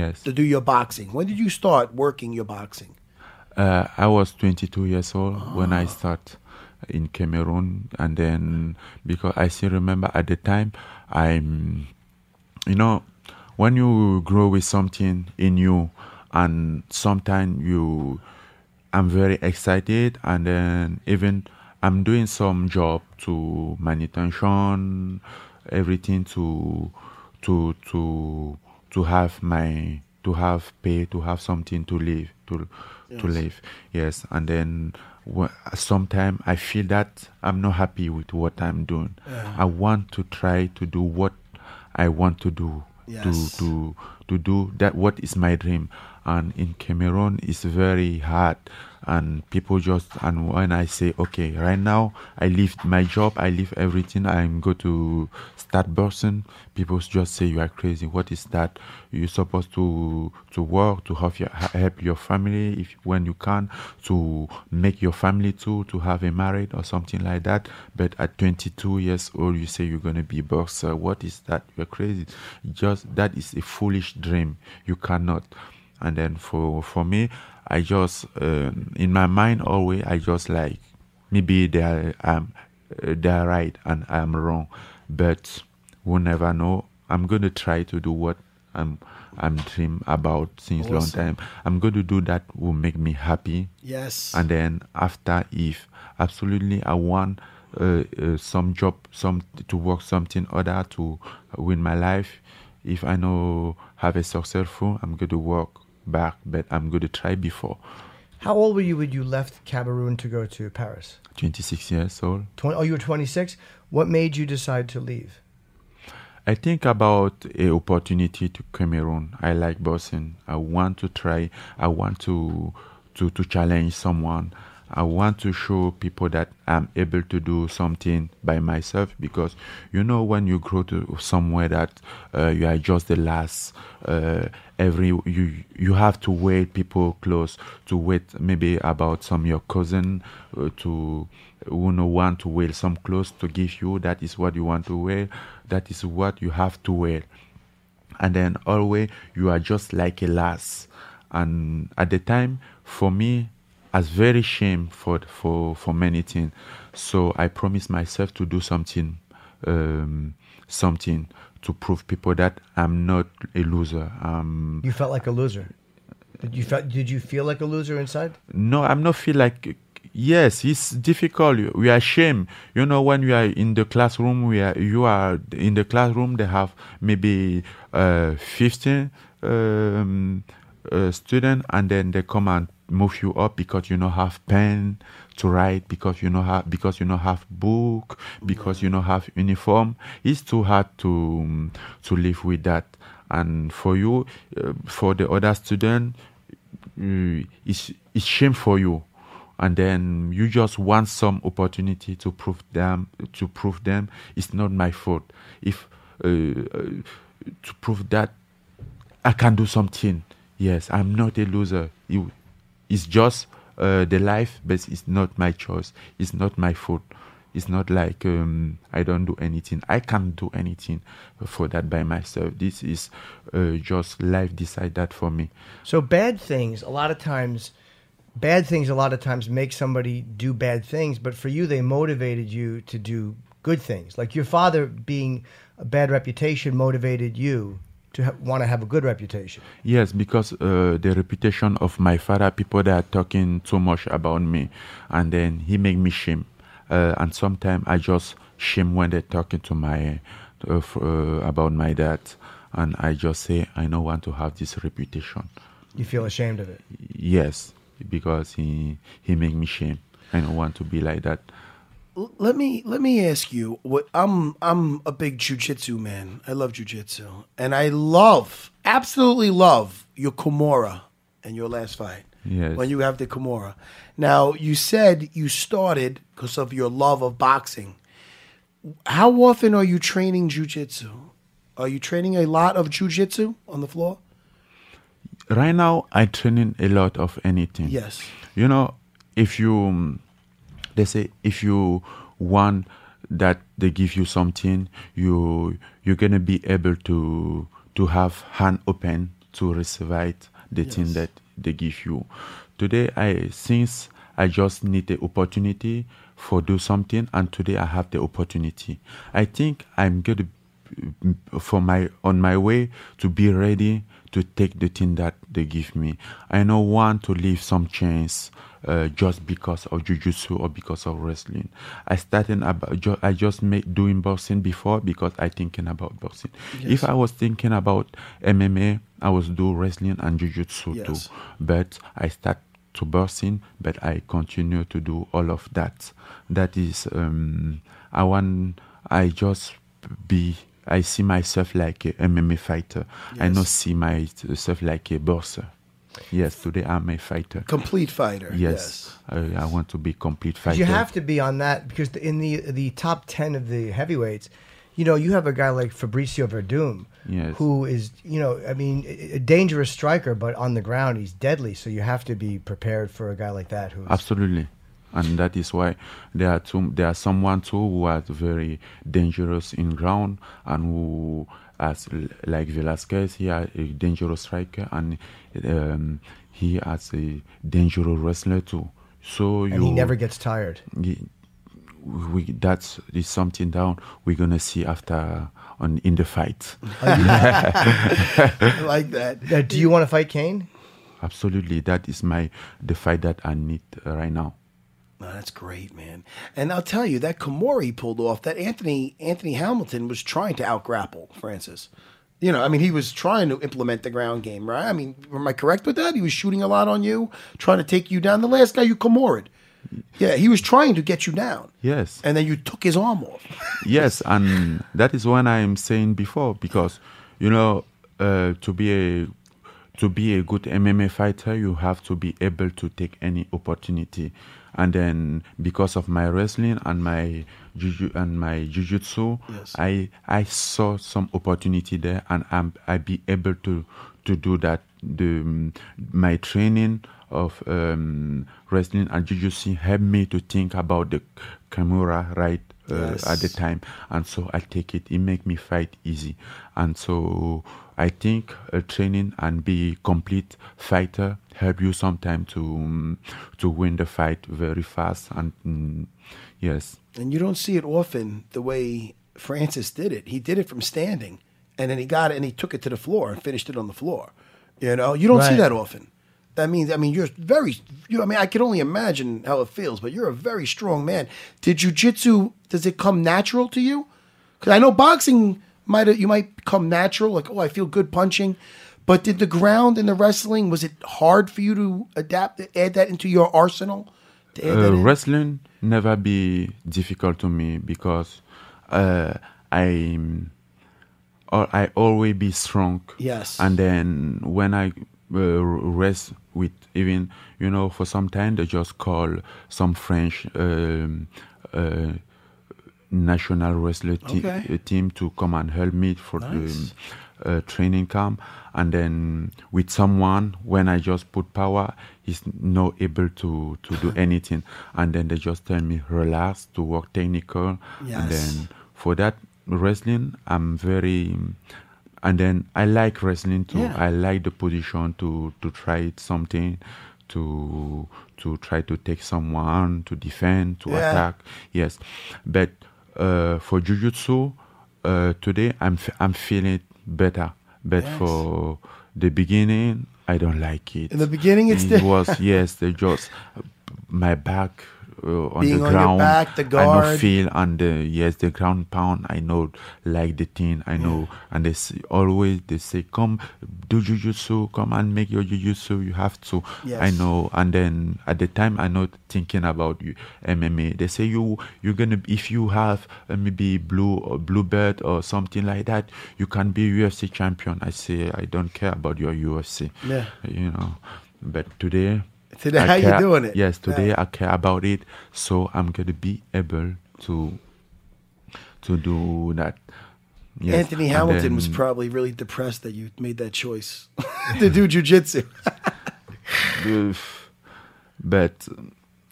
yes To do your boxing? When did you start working your boxing? Uh, I was 22 years old when I started in Cameroon, and then because I still remember at the time, I'm, you know, when you grow with something in you, and sometimes you, I'm very excited, and then even I'm doing some job to manutention, everything to, to to to have my to have pay to have something to live to to live yes and then wh- sometimes i feel that i'm not happy with what i'm doing i want to try to do what i want to do Yes. to to to do that what is my dream and in cameroon it's very hard and people just and when I say okay, right now I leave my job, I leave everything, I'm go to start bursting, people just say you are crazy. What is that? You're supposed to to work to help your help your family if when you can to make your family too to have a marriage or something like that. But at 22 years old, you say you're gonna be boxer. What is that? You're crazy. Just that is a foolish dream. You cannot and then for for me i just um, in my mind always i just like maybe they are um, they're right and i'm wrong but we'll never know i'm going to try to do what i'm i'm dream about since long time i'm going to do that will make me happy Yes. and then after if absolutely i want uh, uh, some job some to work something other to win my life if i know have a successful i'm going to work back but i'm going to try before How old were you when you left Cameroon to go to Paris? 26 years old 20, oh, you were 26. What made you decide to leave? I think about a opportunity to Cameroon. I like boxing. I want to try. I want to to to challenge someone. I want to show people that I'm able to do something by myself because you know when you grow to somewhere that uh, you are just the last. Uh, every you you have to wait people close to wait maybe about some your cousin uh, to who no want to wear some clothes to give you that is what you want to wear that is what you have to wear and then always you are just like a lass and at the time for me as very shame for for for many things so i promised myself to do something um something to prove people that i'm not a loser um You felt like a loser. Did you felt? Did you feel like a loser inside? no i'm not feel like yes it's difficult we are ashamed you know when we are in the classroom we are you are in the classroom they have maybe uh 15 um uh, student and then they come and move you up because you don't have pen to write because you know have because you don't have book because you don't have uniform it's too hard to um, to live with that and for you uh, for the other student uh, it's it's shame for you and then you just want some opportunity to prove them to prove them it's not my fault if uh, uh, to prove that i can do something yes i'm not a loser You- it's just uh, the life but it's not my choice it's not my fault it's not like um, i don't do anything i can't do anything for that by myself this is uh, just life decide that for me So bad things a lot of times bad things a lot of times make somebody do bad things, but for you they motivated you to do good things. Like your father being a bad reputation motivated you to ha- want to have a good reputation. Yes, because uh, the reputation of my father, people that are talking too much about me, and then he make me shame, uh, and sometimes I just shame when they're talking to my uh, f- uh, about my dad, and I just say I don't want to have this reputation. You feel ashamed of it. Yes, because he he make me shame. I don't want to be like that. L- let me let me ask you what I'm I'm a big jujitsu man. I love jujitsu. And I love, absolutely love your Kimura and your last fight. Yes. When you have the Kimura. Now you said you started because of your love of boxing. How often are you training jujitsu? Are you training a lot of jujitsu on the floor? Right now, I training a lot of anything. Yes. you know if you um, they say if you want that they give you something you you're gonna be able to to have hand open to receive it, the thing that they give you today i since i just need the opportunity for do something and today i have the opportunity i think i'm gonna for my on my way to be ready to take the thing that they give me. I don't want to leave some chains uh, just because of jujitsu or because of wrestling. I started about ju- I just make doing boxing before because I thinking about boxing. If I was thinking about MMA, I was do wrestling and jujitsu Yes. too. But I start to boxing, but I continue to do all of that. That is, um, I want. I just be I see myself like a MMA fighter. I not see myself like a boxer. Yes, today I'm a fighter. Complete fighter. Yes, I, I want to be complete fighter. You have to be on that because the- in the the top ten of the heavyweights, you know, you have a guy like Fabricio Verdum, Yes. who is you know, I mean, a a dangerous striker, but on the ground he's deadly. So you have to be prepared for a guy like that. Who's Absolutely, and that is why there are two, there are someone too who are very dangerous in ground and who, as l- like Velasquez, he are a dangerous striker and um, he has a dangerous wrestler too. So you and he never gets tired. y- we that's is something down we're gonna see after on in the fight. I like that. Uh, do you want to fight Kane? Absolutely, that is my the fight that I need uh, right now. No, Oh, that's great, man. And I'll tell you that Kamori pulled off that Anthony Anthony Hamilton was trying to out grapple Francis. You know, I mean, he was trying to implement the ground game, right? I mean, am I correct with that? He was shooting a lot on you, trying to take you down. The last guy you Kamori'd. Yeah, he was trying to get you down. Yes. And then you took his arm off. yes, and that is what I am saying before because you know uh, to be a to be a good MMA fighter, you have to be able to take any opportunity. And then because of my wrestling and my juju and my jujutsu, I I saw some opportunity there, and I'm I be able to to do that. The um, my training of um, wrestling and jujutsu helped me to think about the Kimura right uh, at the time and so i take it it make me fight easy and so i think uh, training and be complete fighter help you sometime to um, to win the fight very fast and mm, yes And you don't see it often the way Francis did it. He did it from standing, and then he got it and he took it to the floor and finished it on the floor. You know, you don't see Right. that often. That means, I mean, you're very. You, I mean, I can only imagine how it feels. But you're a very strong man. Did jujitsu? Does it come natural to you? Because I know boxing might you might become natural, like oh, I feel good punching. But did the ground and the wrestling was it hard for you to adapt, add that into your arsenal? To add that uh, in? wrestling never be difficult to me because uh, I or I always be strong. Yes. And then when I uh, rest with even you know for some time they just call some French um, uh, national wrestler te- Okay. uh, team to come and help me for the um, uh, training camp. And then with someone, when I just put power, he's not able to, to do anything. And then they just tell me, relax, to work technical. Yes. And then for that wrestling, I'm very. um, And then I like wrestling too. Yeah. I like the position to, to try something, to to try to take someone, to defend, to Yeah. attack. Yes, but uh, for jujutsu uh, today, I'm f- I'm feeling better. But for the beginning, I don't like it. In the beginning, it's it the- was yes, they just my back uh, on Being the on your ground. back, the I guard. know feel and the, yes, the ground pound. I know like the thing. I know, and they s always they say, "Come do jujutsu. Come and make your jujutsu. You have to." I Yes. know. Oh, And then at the time, I not thinking about you, MMA. They say you you're gonna if you have uh, maybe blue or blue belt or something like that, you can be UFC champion. I say I don't care about your UFC. Yeah. you know. But today, Today, I how you care- doing it? Yes, today I care about it, so I'm gonna be able to to do that. Yes, Anthony and Hamilton then- was probably really depressed that you made that choice to do jujitsu. Oof. but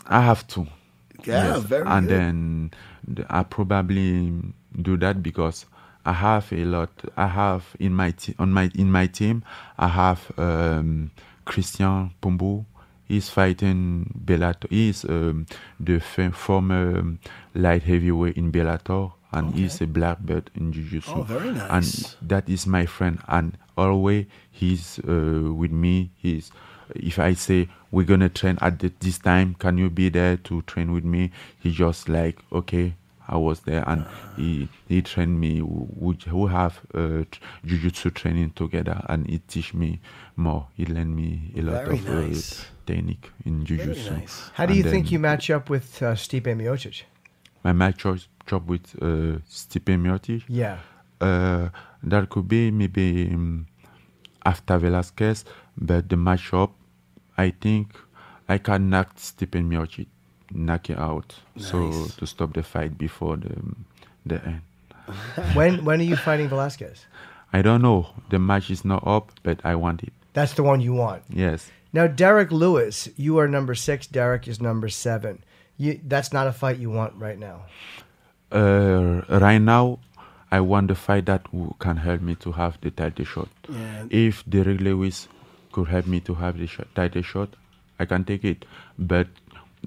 I have to. Yeah, very And good. then th- I probably do that because I have a lot. I have in my te- on my in my team. I have um, Christian Pombo. He's fighting Bellator. He's um, the fa- former um, light heavyweight in Bellator, and he's a black belt in Jiu-Jitsu. Oh, very And nice. that is my friend and always he's uh, with me he's if i say we're gonna train at the, this time can you be there to train with me he just like okay i was there and he he trained me we, we have uh, tr- jiu-jitsu training together and he teach me more he learned me a lot Very of nice. uh, technique in jiu-jitsu nice. How do And you think then- you match up with uh, Stipe Miocic? my match choice job with uh, Stipe Miocic Yeah. uh, that could be maybe um, after Velasquez. But the matchup, I think I can knock Stipe Miocic, knock it out. So to stop the fight before the the end. When when are you fighting Velasquez? I don't know. The match is not up, but I want it. That's the one you want. Yes. Now, Derek Lewis, you are number six. Derek is number seven. You, that's not a fight you want right now. Uh, right now, I want the fight that w- can help me to have the title shot. If Derek Lewis could help me to have the sh- title shot, I can take it. But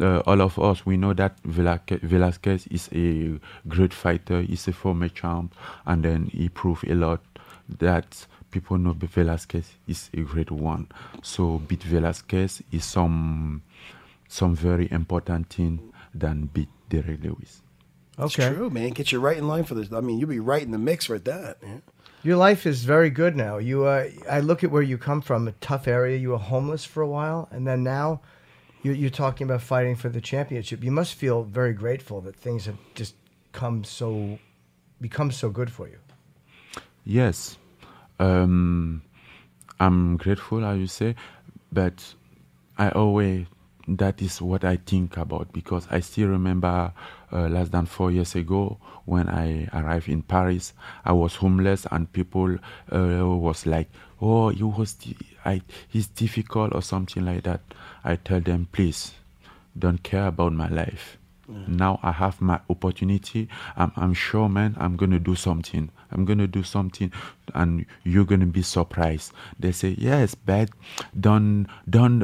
uh, all of us, we know that Velake- Velasquez is a great fighter. He's a former champ, and then he proved a lot that people know that Velasquez is a great one. So beat Velasquez is some some very important thing than beat Derek Lewis. It's true, man. Get you right in line for this. I mean, you'll be right in the mix for that. Man. Your life is very good now. You, uh, I look at where you come from, a tough area. You were homeless for a while, and then now you're, you're talking about fighting for the championship. You must feel very grateful that things have just come so, become so good for you. Yes, um, I'm grateful, I will say, but I always that is what I think about because I still remember uh, less than four years ago when I arrived in Paris, I was homeless and people uh, was like, "Oh, you was di- I, he's difficult or something like that." I tell them, please, don't care about my life. Now I have my opportunity. I'm, I'm sure, man, I'm going to do something. I'm going to do something and you're going to be surprised. They say, yes, but don't,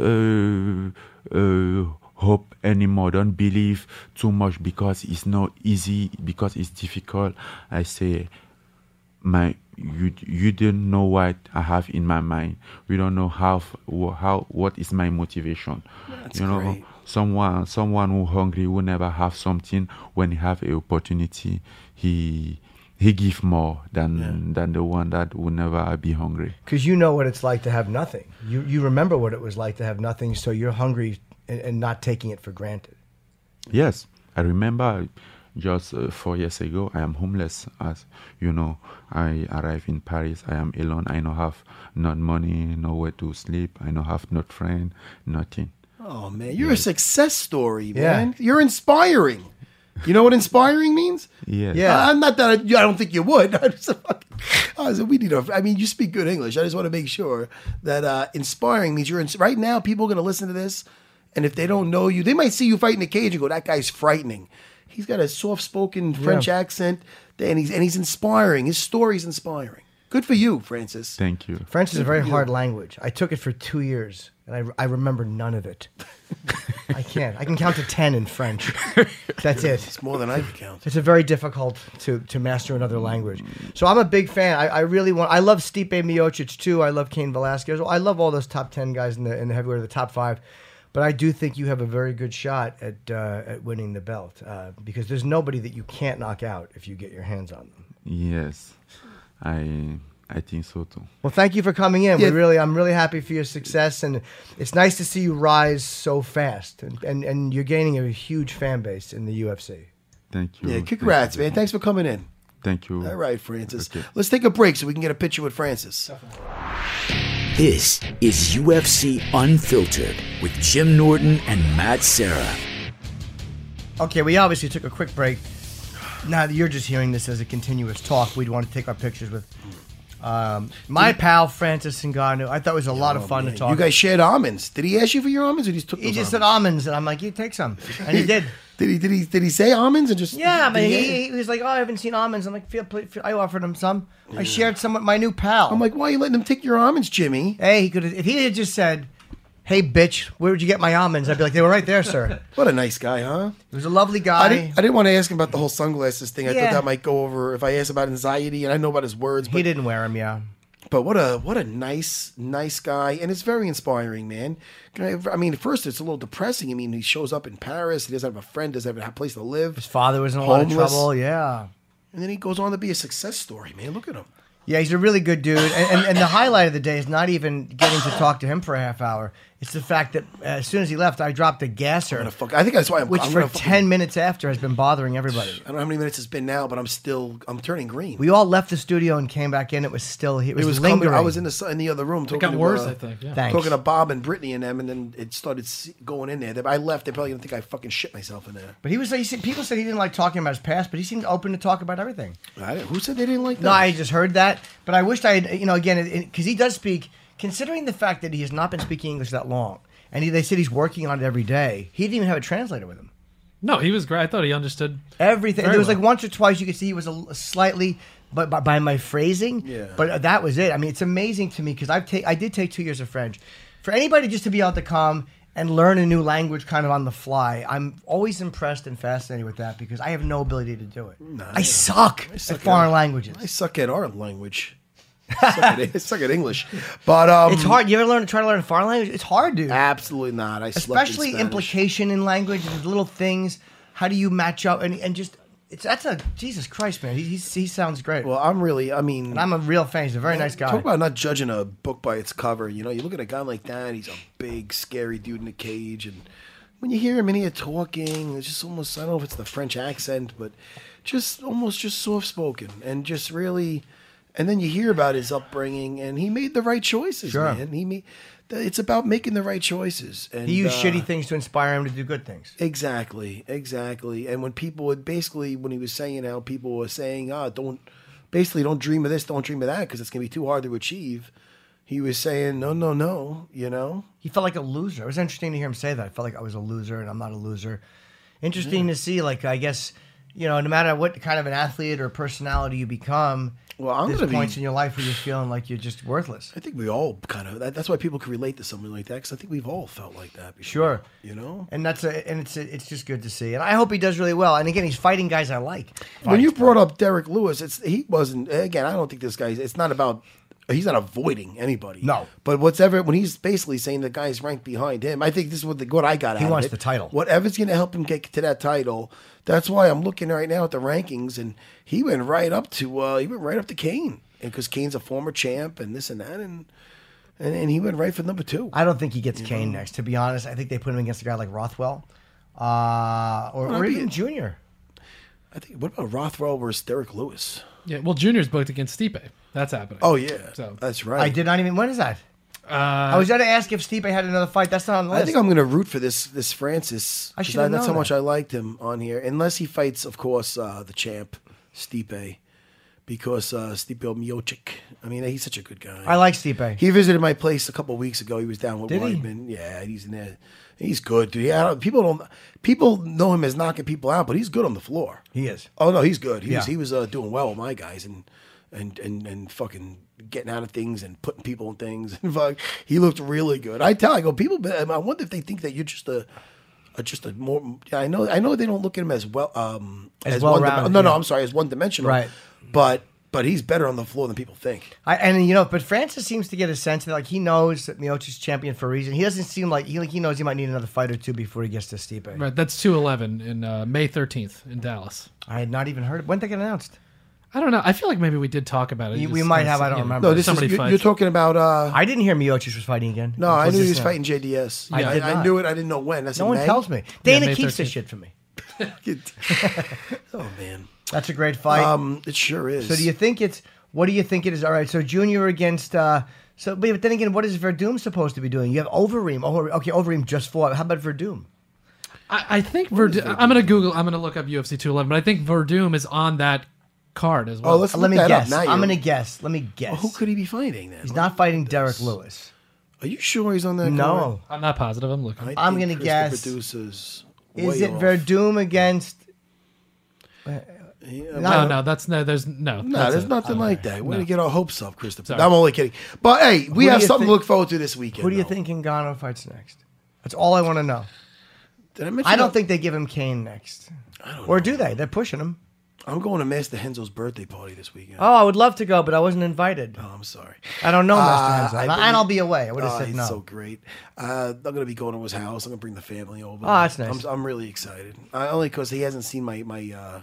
don't, uh, uh, hope anymore. Don't believe too much because it's not easy, because it's difficult. I say, my you you don't know what I have in my mind. We don't know how f- wh- how what is my motivation. you know, great. someone someone who hungry will never have something when he have a opportunity. He he give more than than the one that will never be hungry. because you know what it's like to have nothing. You you remember what it was like to have nothing, so you're hungry and, and not taking it for granted. Yes, I remember just uh, four years ago, I am homeless. As you know, I arrive in Paris. I am alone. I no have not money, nowhere to sleep. I no have not friend, nothing. Oh man, you're a success story, Yeah. man. You're inspiring. You know what inspiring means? Yes. Yeah. I- I'm not that. I, I don't think you would. I was like, I was like, we need. A, I mean, you speak good English. I just want to make sure that uh, inspiring means you're. In, right now, people are going to listen to this, and if they don't know you, they might see you fight in the cage and go, "That guy's frightening." He's got a soft-spoken French accent, and he's and he's inspiring. His story's inspiring. Good for you, Francis. Thank you. French is a very hard language. I took it for two years, and I I remember none of it. I can't. I can count to ten in French. That's it. More than I can count. It's a very difficult to, to master another language. So I'm a big fan. I, I really want. I love Stipe Miocic too. I love Kane Velasquez. I love all those top ten guys in the in the heavyweight, or the top five. But I do think you have a very good shot at uh, at winning the belt uh, because there's nobody that you can't knock out if you get your hands on them. Yes, I I think so too. Well, thank you for coming in. We Yeah. really, I'm really happy for your success, and it's nice to see you rise so fast. And and, and you're gaining a huge fan base in the UFC. Thank you. Yeah, Thank congrats, you. man. Thanks for coming in. Thank you. All right, Francis. Okay. Let's take a break so we can get a picture with Francis. This is UFC Unfiltered with Jim Norton and Matt Sarah. Okay, we obviously took a quick break. Now that you're just hearing this as a continuous talk, we'd want to take our pictures with um, my pal Francis Ngannou. I thought it was a lot of fun to talk. You guys shared almonds. Did he ask you for your almonds, or he just took? he those just said almonds, almonds? and I'm like, you take some, and he did. Did he? Did he? Did he say almonds and just? Yeah, but did he, he was like, oh, I haven't seen almonds. I'm like, feel, pl- feel- I offered him some. I shared some with my new pal. I'm like, why are you letting him take your almonds, Jimmy? hey, he could if he had just said, hey, bitch, where would you get my almonds? I'd be like, they were right there, sir. What a nice guy, huh? He was a lovely guy. I didn't. I didn't want to ask him about the whole sunglasses thing. I Yeah. thought that might go over if I asked about anxiety, and I know about his words. But he didn't wear them, yeah. But what a what a nice nice guy, and it's very inspiring, man. Can I I mean, at first it's a little depressing. I mean, he shows up in Paris. He doesn't have a friend. Doesn't have a place to live. His father was in a lot of Homeless. trouble. Yeah. And then he goes on to be a success story, man. Look at him. Yeah, he's a really good dude. And, and, and the highlight of the day is not even getting to talk to him for a half hour. It's the fact that uh, as soon as he left, I dropped a gasser, gonna fuck- I think that's why I'm- which I'm for gonna fucking- ten minutes after has been bothering everybody. I don't know how many minutes it's been now, but I'm still I'm turning green. We all left the studio and came back in. It was still here. It was, it was lingering. coming. I was in the in the other room talking got to, worse, uh, I think, yeah. Thanks. talking to Bob and Brittany and them, and then it started se- going in there. They- I left. They're probably gonna think I fucking shit myself in there. But he was. He said, people said he didn't like talking about his past, but he seemed open to talk about everything. I didn't- who said they didn't like that? No, I just heard that, but I wished I had. You know, again, because he does speak. Considering the fact that he has not been speaking English that long, and he, they said he's working on it every day, he didn't even have a translator with him. No, he was great. I thought he understood. Everything. Very there was well. like once or twice you could see he was a, l- slightly, but by, by my phrasing. Yeah. But that was it. I mean, it's amazing to me because I've ta- I did take two years of French. For anybody just to be out to come and learn a new language kind of on the fly, I'm always impressed and fascinated with that because I have no ability to do it. I suck suck at foreign at- languages. I suck at our language. I suck, at, I suck at English, but um, It's hard. You ever learn try to learn a foreign language? It's hard, dude. Absolutely not. Ah, I slept in Especially Spanish. implication in language and little things. How do you match up and, and just it's that's a Jesus Christ man. He, he, he sounds great. Well, I'm really. I mean, and I'm a real fan. He's a very nice guy. Talk about not judging a book by its cover. You know, you look at a guy like that, and he's a big, scary dude in a cage, and when you hear him and he's talking, it's just almost I don't know if it's the French accent, but just almost just soft spoken and just really. And then you hear about his upbringing, and he made the right choices, Sure. man. He made. It's about making the right choices. And he used uh, shitty things to inspire him to do good things. Exactly, exactly. And when people would basically, when he was saying how people were saying, ah, don't, basically, don't dream of this, don't dream of that, because it's gonna be too hard to achieve. He was saying, no, no, no. You know, He felt like a loser. It was interesting to hear him say that. I felt like I was a loser and I'm not a loser. Interesting to see, like, I guess, you know, no matter what kind of an athlete or personality you become, Well, I'm there's gonna be- points in your life where you're feeling like you're just worthless. I think we all kind of. That, that's why people can relate to something like that, because I think we've all felt like that. Before, Sure. You know. And that's a, and it's a, it's just good to see. And I hope he does really well. And again, he's fighting guys I like. when you brought up Derek Lewis, it's he wasn't again. I don't think this guy. It's not about. He's not avoiding anybody. No. But whatever when he's basically saying the guy's ranked behind him, I think this is what the what I got. He out wants of it. the title. Whatever's going to help him get to that title. That's why I'm looking right now at the rankings, and he went right up to uh, he went right up to Kane, because Kane's a former champ and this and that, and and, and he went right for number two. I don't think he gets Kane next. To be honest, I think they put him against a guy like Rothwell, uh, or, or that'd be even it. Junior. I think. What about Rothwell versus Derek Lewis? Yeah, well, Junior's booked against Stipe. That's happening. Oh yeah, So- that's right. I did not even. When is that? I was going to ask if Stipe had another fight. That's not on the list. I think I'm going to root for this this Francis. I 'cause should've That's known how much that. I liked him on here. Unless he fights, of course, uh, the champ Stipe, because uh, Stipe Miocic. I mean, he's such a good guy. I like Stipe. He visited my place a couple weeks ago. He was down with Did he? Weidman. Yeah, he's in there. He's good, dude. Yeah, I don't, people don't people know him as knocking people out, but he's good on the floor. He is. Oh no, he's good. He was Yeah. he was uh, doing well with my guys and and and and fucking getting out of things and putting people in things and fuck. He looked really good. I tell I go people. I wonder if they think that you're just a. a- Just a more, I know, I know they don't look at him as well, um, As one. well-rounded, no, no, yeah. I'm sorry, as one dimensional. Right. but but he's better on the floor than people think. I, and you know, but Francis seems to get a sense that like he knows that Miocic's champion for a reason. He doesn't seem like he like, he knows he might need another fight or two before he gets to Stipe. Right, that's 211 in uh, May 13th in Dallas. I had not even heard. When did they get announced? I don't know. I feel like maybe we did talk about it. You- Just we might kinda have, said, I don't you know, remember. No, this somebody is you, fights. you're talking about. uh I didn't hear Miocic was fighting again. No, I Until knew he just was now. fighting JDS. I I, did I not. knew it. I didn't know when. That's No in one May? tells me. Dana May keeps this 13th. shit for me. Oh man, That's a great fight. um, it sure is. so do you think it's what do you think it is? All right, so Junior against. uh so, but then again, what is Verdum supposed to be doing? You have Overeem. Over, okay, Overeem just fought. How about Verdum? I, I think Verdum. I'm going to Google. I'm going to look up UFC 211, but I think Verdum is on that card as well. Oh, let's Let me look that up. guess. Now I'm you're- going to guess. Let me guess. Who could he be fighting then? He's not fighting Derek Lewis. Are you sure he's on that? No. I'm not positive. I'm looking. card? I I'm think gonna Chris the guess- Producer's Is way it off. Verdum against? Uh, no, no, that's no. There's no. No, that's there's it. nothing like that. We're gonna get our hopes up, Christopher. I'm only kidding. But hey, we Who do have you think- something to look forward to this weekend. Who do you though. think Ngannou fights next? That's all I want to know. Did I mention? I don't that- think they give him Kane next, I don't or know. do they? They're pushing him. I'm going to Master Henzo's birthday party this weekend. Oh, I would love to go, but I wasn't invited. Oh, I'm sorry. I don't know, Mr. Uh, Henson, I and, I- believe- and I'll be away. I would have Oh, said he's no. so great. Uh, I'm going to be going to his house. I'm going to bring the family over. Oh, that's nice. I'm, I'm really excited. I, only because he hasn't seen my my uh,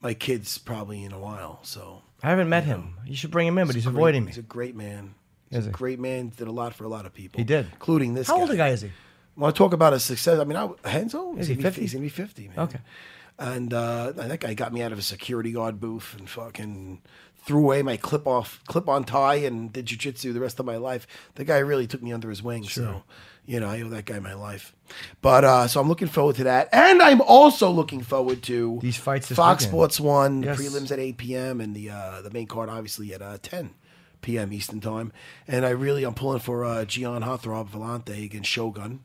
my kids probably in a while. So I haven't met him. You should bring him in, but he's great- avoiding me. He's a great man. He's Is a he? great man. Did a lot for a lot of people. He did. including this. How guy. old a guy is he? Want to talk about a success? I mean, I, Henzo Is he gonna be- 50? He's gonna be fifty, man. Okay. And uh, that guy got me out of a security guard booth and fucking threw away my clip off, clip on tie, and did jujitsu the rest of my life. The guy really took me under his wing. So, you know, I owe that guy my life. But uh, so I'm looking forward to that, and I'm also looking forward to These fights this Fox weekend. Sports One, the Yes. prelims at 8 p.m. and the uh, the main card obviously at uh, 10 p.m. Eastern time. And I really I'm pulling for uh, Gian Hothrop Vellante against Shogun.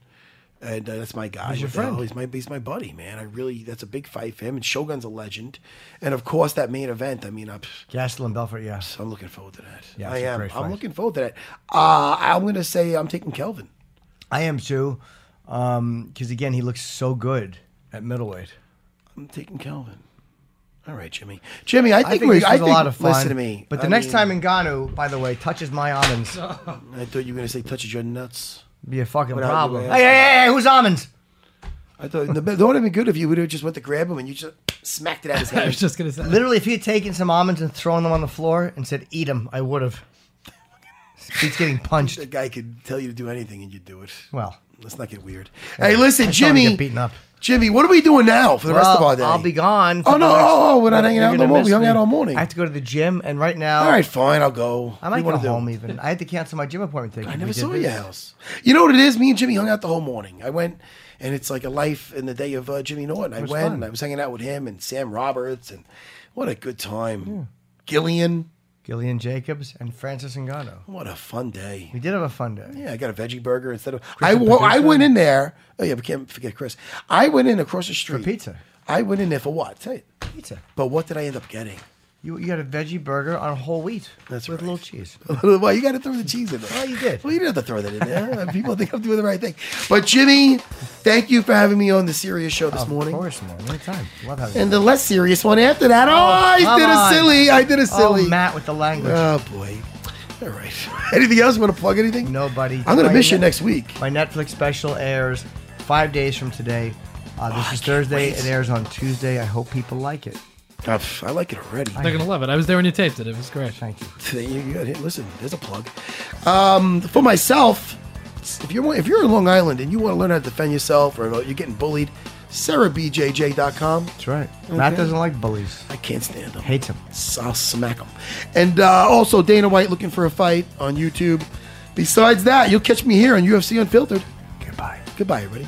And uh, that's my guy. He's your What the hell? friend. He's my he's my buddy, man. I really that's a big fight for him. And Shogun's a legend. And of course that main event. I mean, I'm Gastelum Belfort, yes. I'm looking forward to that. Yeah, I it's a am. great fight. I'm looking forward to that. Uh, I'm gonna say I'm taking Kelvin. I am too. Because again, he looks so good at middleweight. I'm taking Kelvin. All right, Jimmy. Jimmy, I think, I think we. this I was think, a lot of fun. Listen to me. But the I next time mean, Ngannou, by the way, touches my almonds, I thought you were gonna say touches your nuts. be a fucking Without problem. your Hey, ass. hey, hey, hey, who's almonds? I thought the, that would have been good if you would have just went to grab him and you just smacked it out of his I was hand. just gonna say. Literally, if he had taken some almonds and thrown them on the floor and said, "Eat them," I would have. He's getting punched. the guy could tell you to do anything and you do it. Well, Let's not get weird. Hey, listen, I saw him Jimmy. get beaten up. Jimmy, what are we doing now for the rest of Well, our day? I'll be gone. for Oh, no, the next- oh, oh, we're not hanging You're out no gonna more. miss We hung me. out all morning. I have to go to the gym, and right now, All right, fine. I'll go. I What do might you go wanna do? home. Even I had to cancel my gym appointment. Today I 'cause never we did saw this. your house. You know what it is? Me and Jimmy hung out the whole morning. I went, and it's like a life in the day of uh, Jimmy Norton. I was went, fun. and I was hanging out with him and Sam Roberts, and what a good time. Gillian, Gillian Jacobs and Francis Ngannou. what a fun day. We did have a fun day. Yeah, I got a veggie burger instead of. I wa- I went in there. Oh yeah, we can't forget Chris. I went in across the street pizza. I went in there for what? Tell you. Pizza. But what did I end up getting? You, you had a veggie burger on whole wheat That's with right. a little cheese. well, you got to throw the cheese in there. Well, you did. Well, you didn't have to throw that in there. People think I'm doing the right thing. But Jimmy, thank you for having me on the serious show this of morning. course, man. Anytime. Love having And the less serious one after that. Oh, I come did on. a silly. I did a silly. Oh, Matt with the language. Oh, boy. All right. Anything else? Want to plug anything? Nobody. I'm gonna My miss you ne- next week. My Netflix special airs five days from today. Uh, Oh, this is Thursday. It airs on Tuesday. I hope people like it. Uh, pff, I like it already. They're gonna love it. I was there when you taped it. It was great. Thank you. There you go. Hey, Listen, there's a plug. Um, for myself, if you're if you're in Long Island and you want to learn how to defend yourself or you're getting bullied, sarahbjj.com. That's right. Matt doesn't like bullies. I can't stand them. Hates him. S- I'll smack them. And uh, also Dana White looking for a fight on YouTube. Besides that, you'll catch me here on UFC Unfiltered. Goodbye. Goodbye, everybody.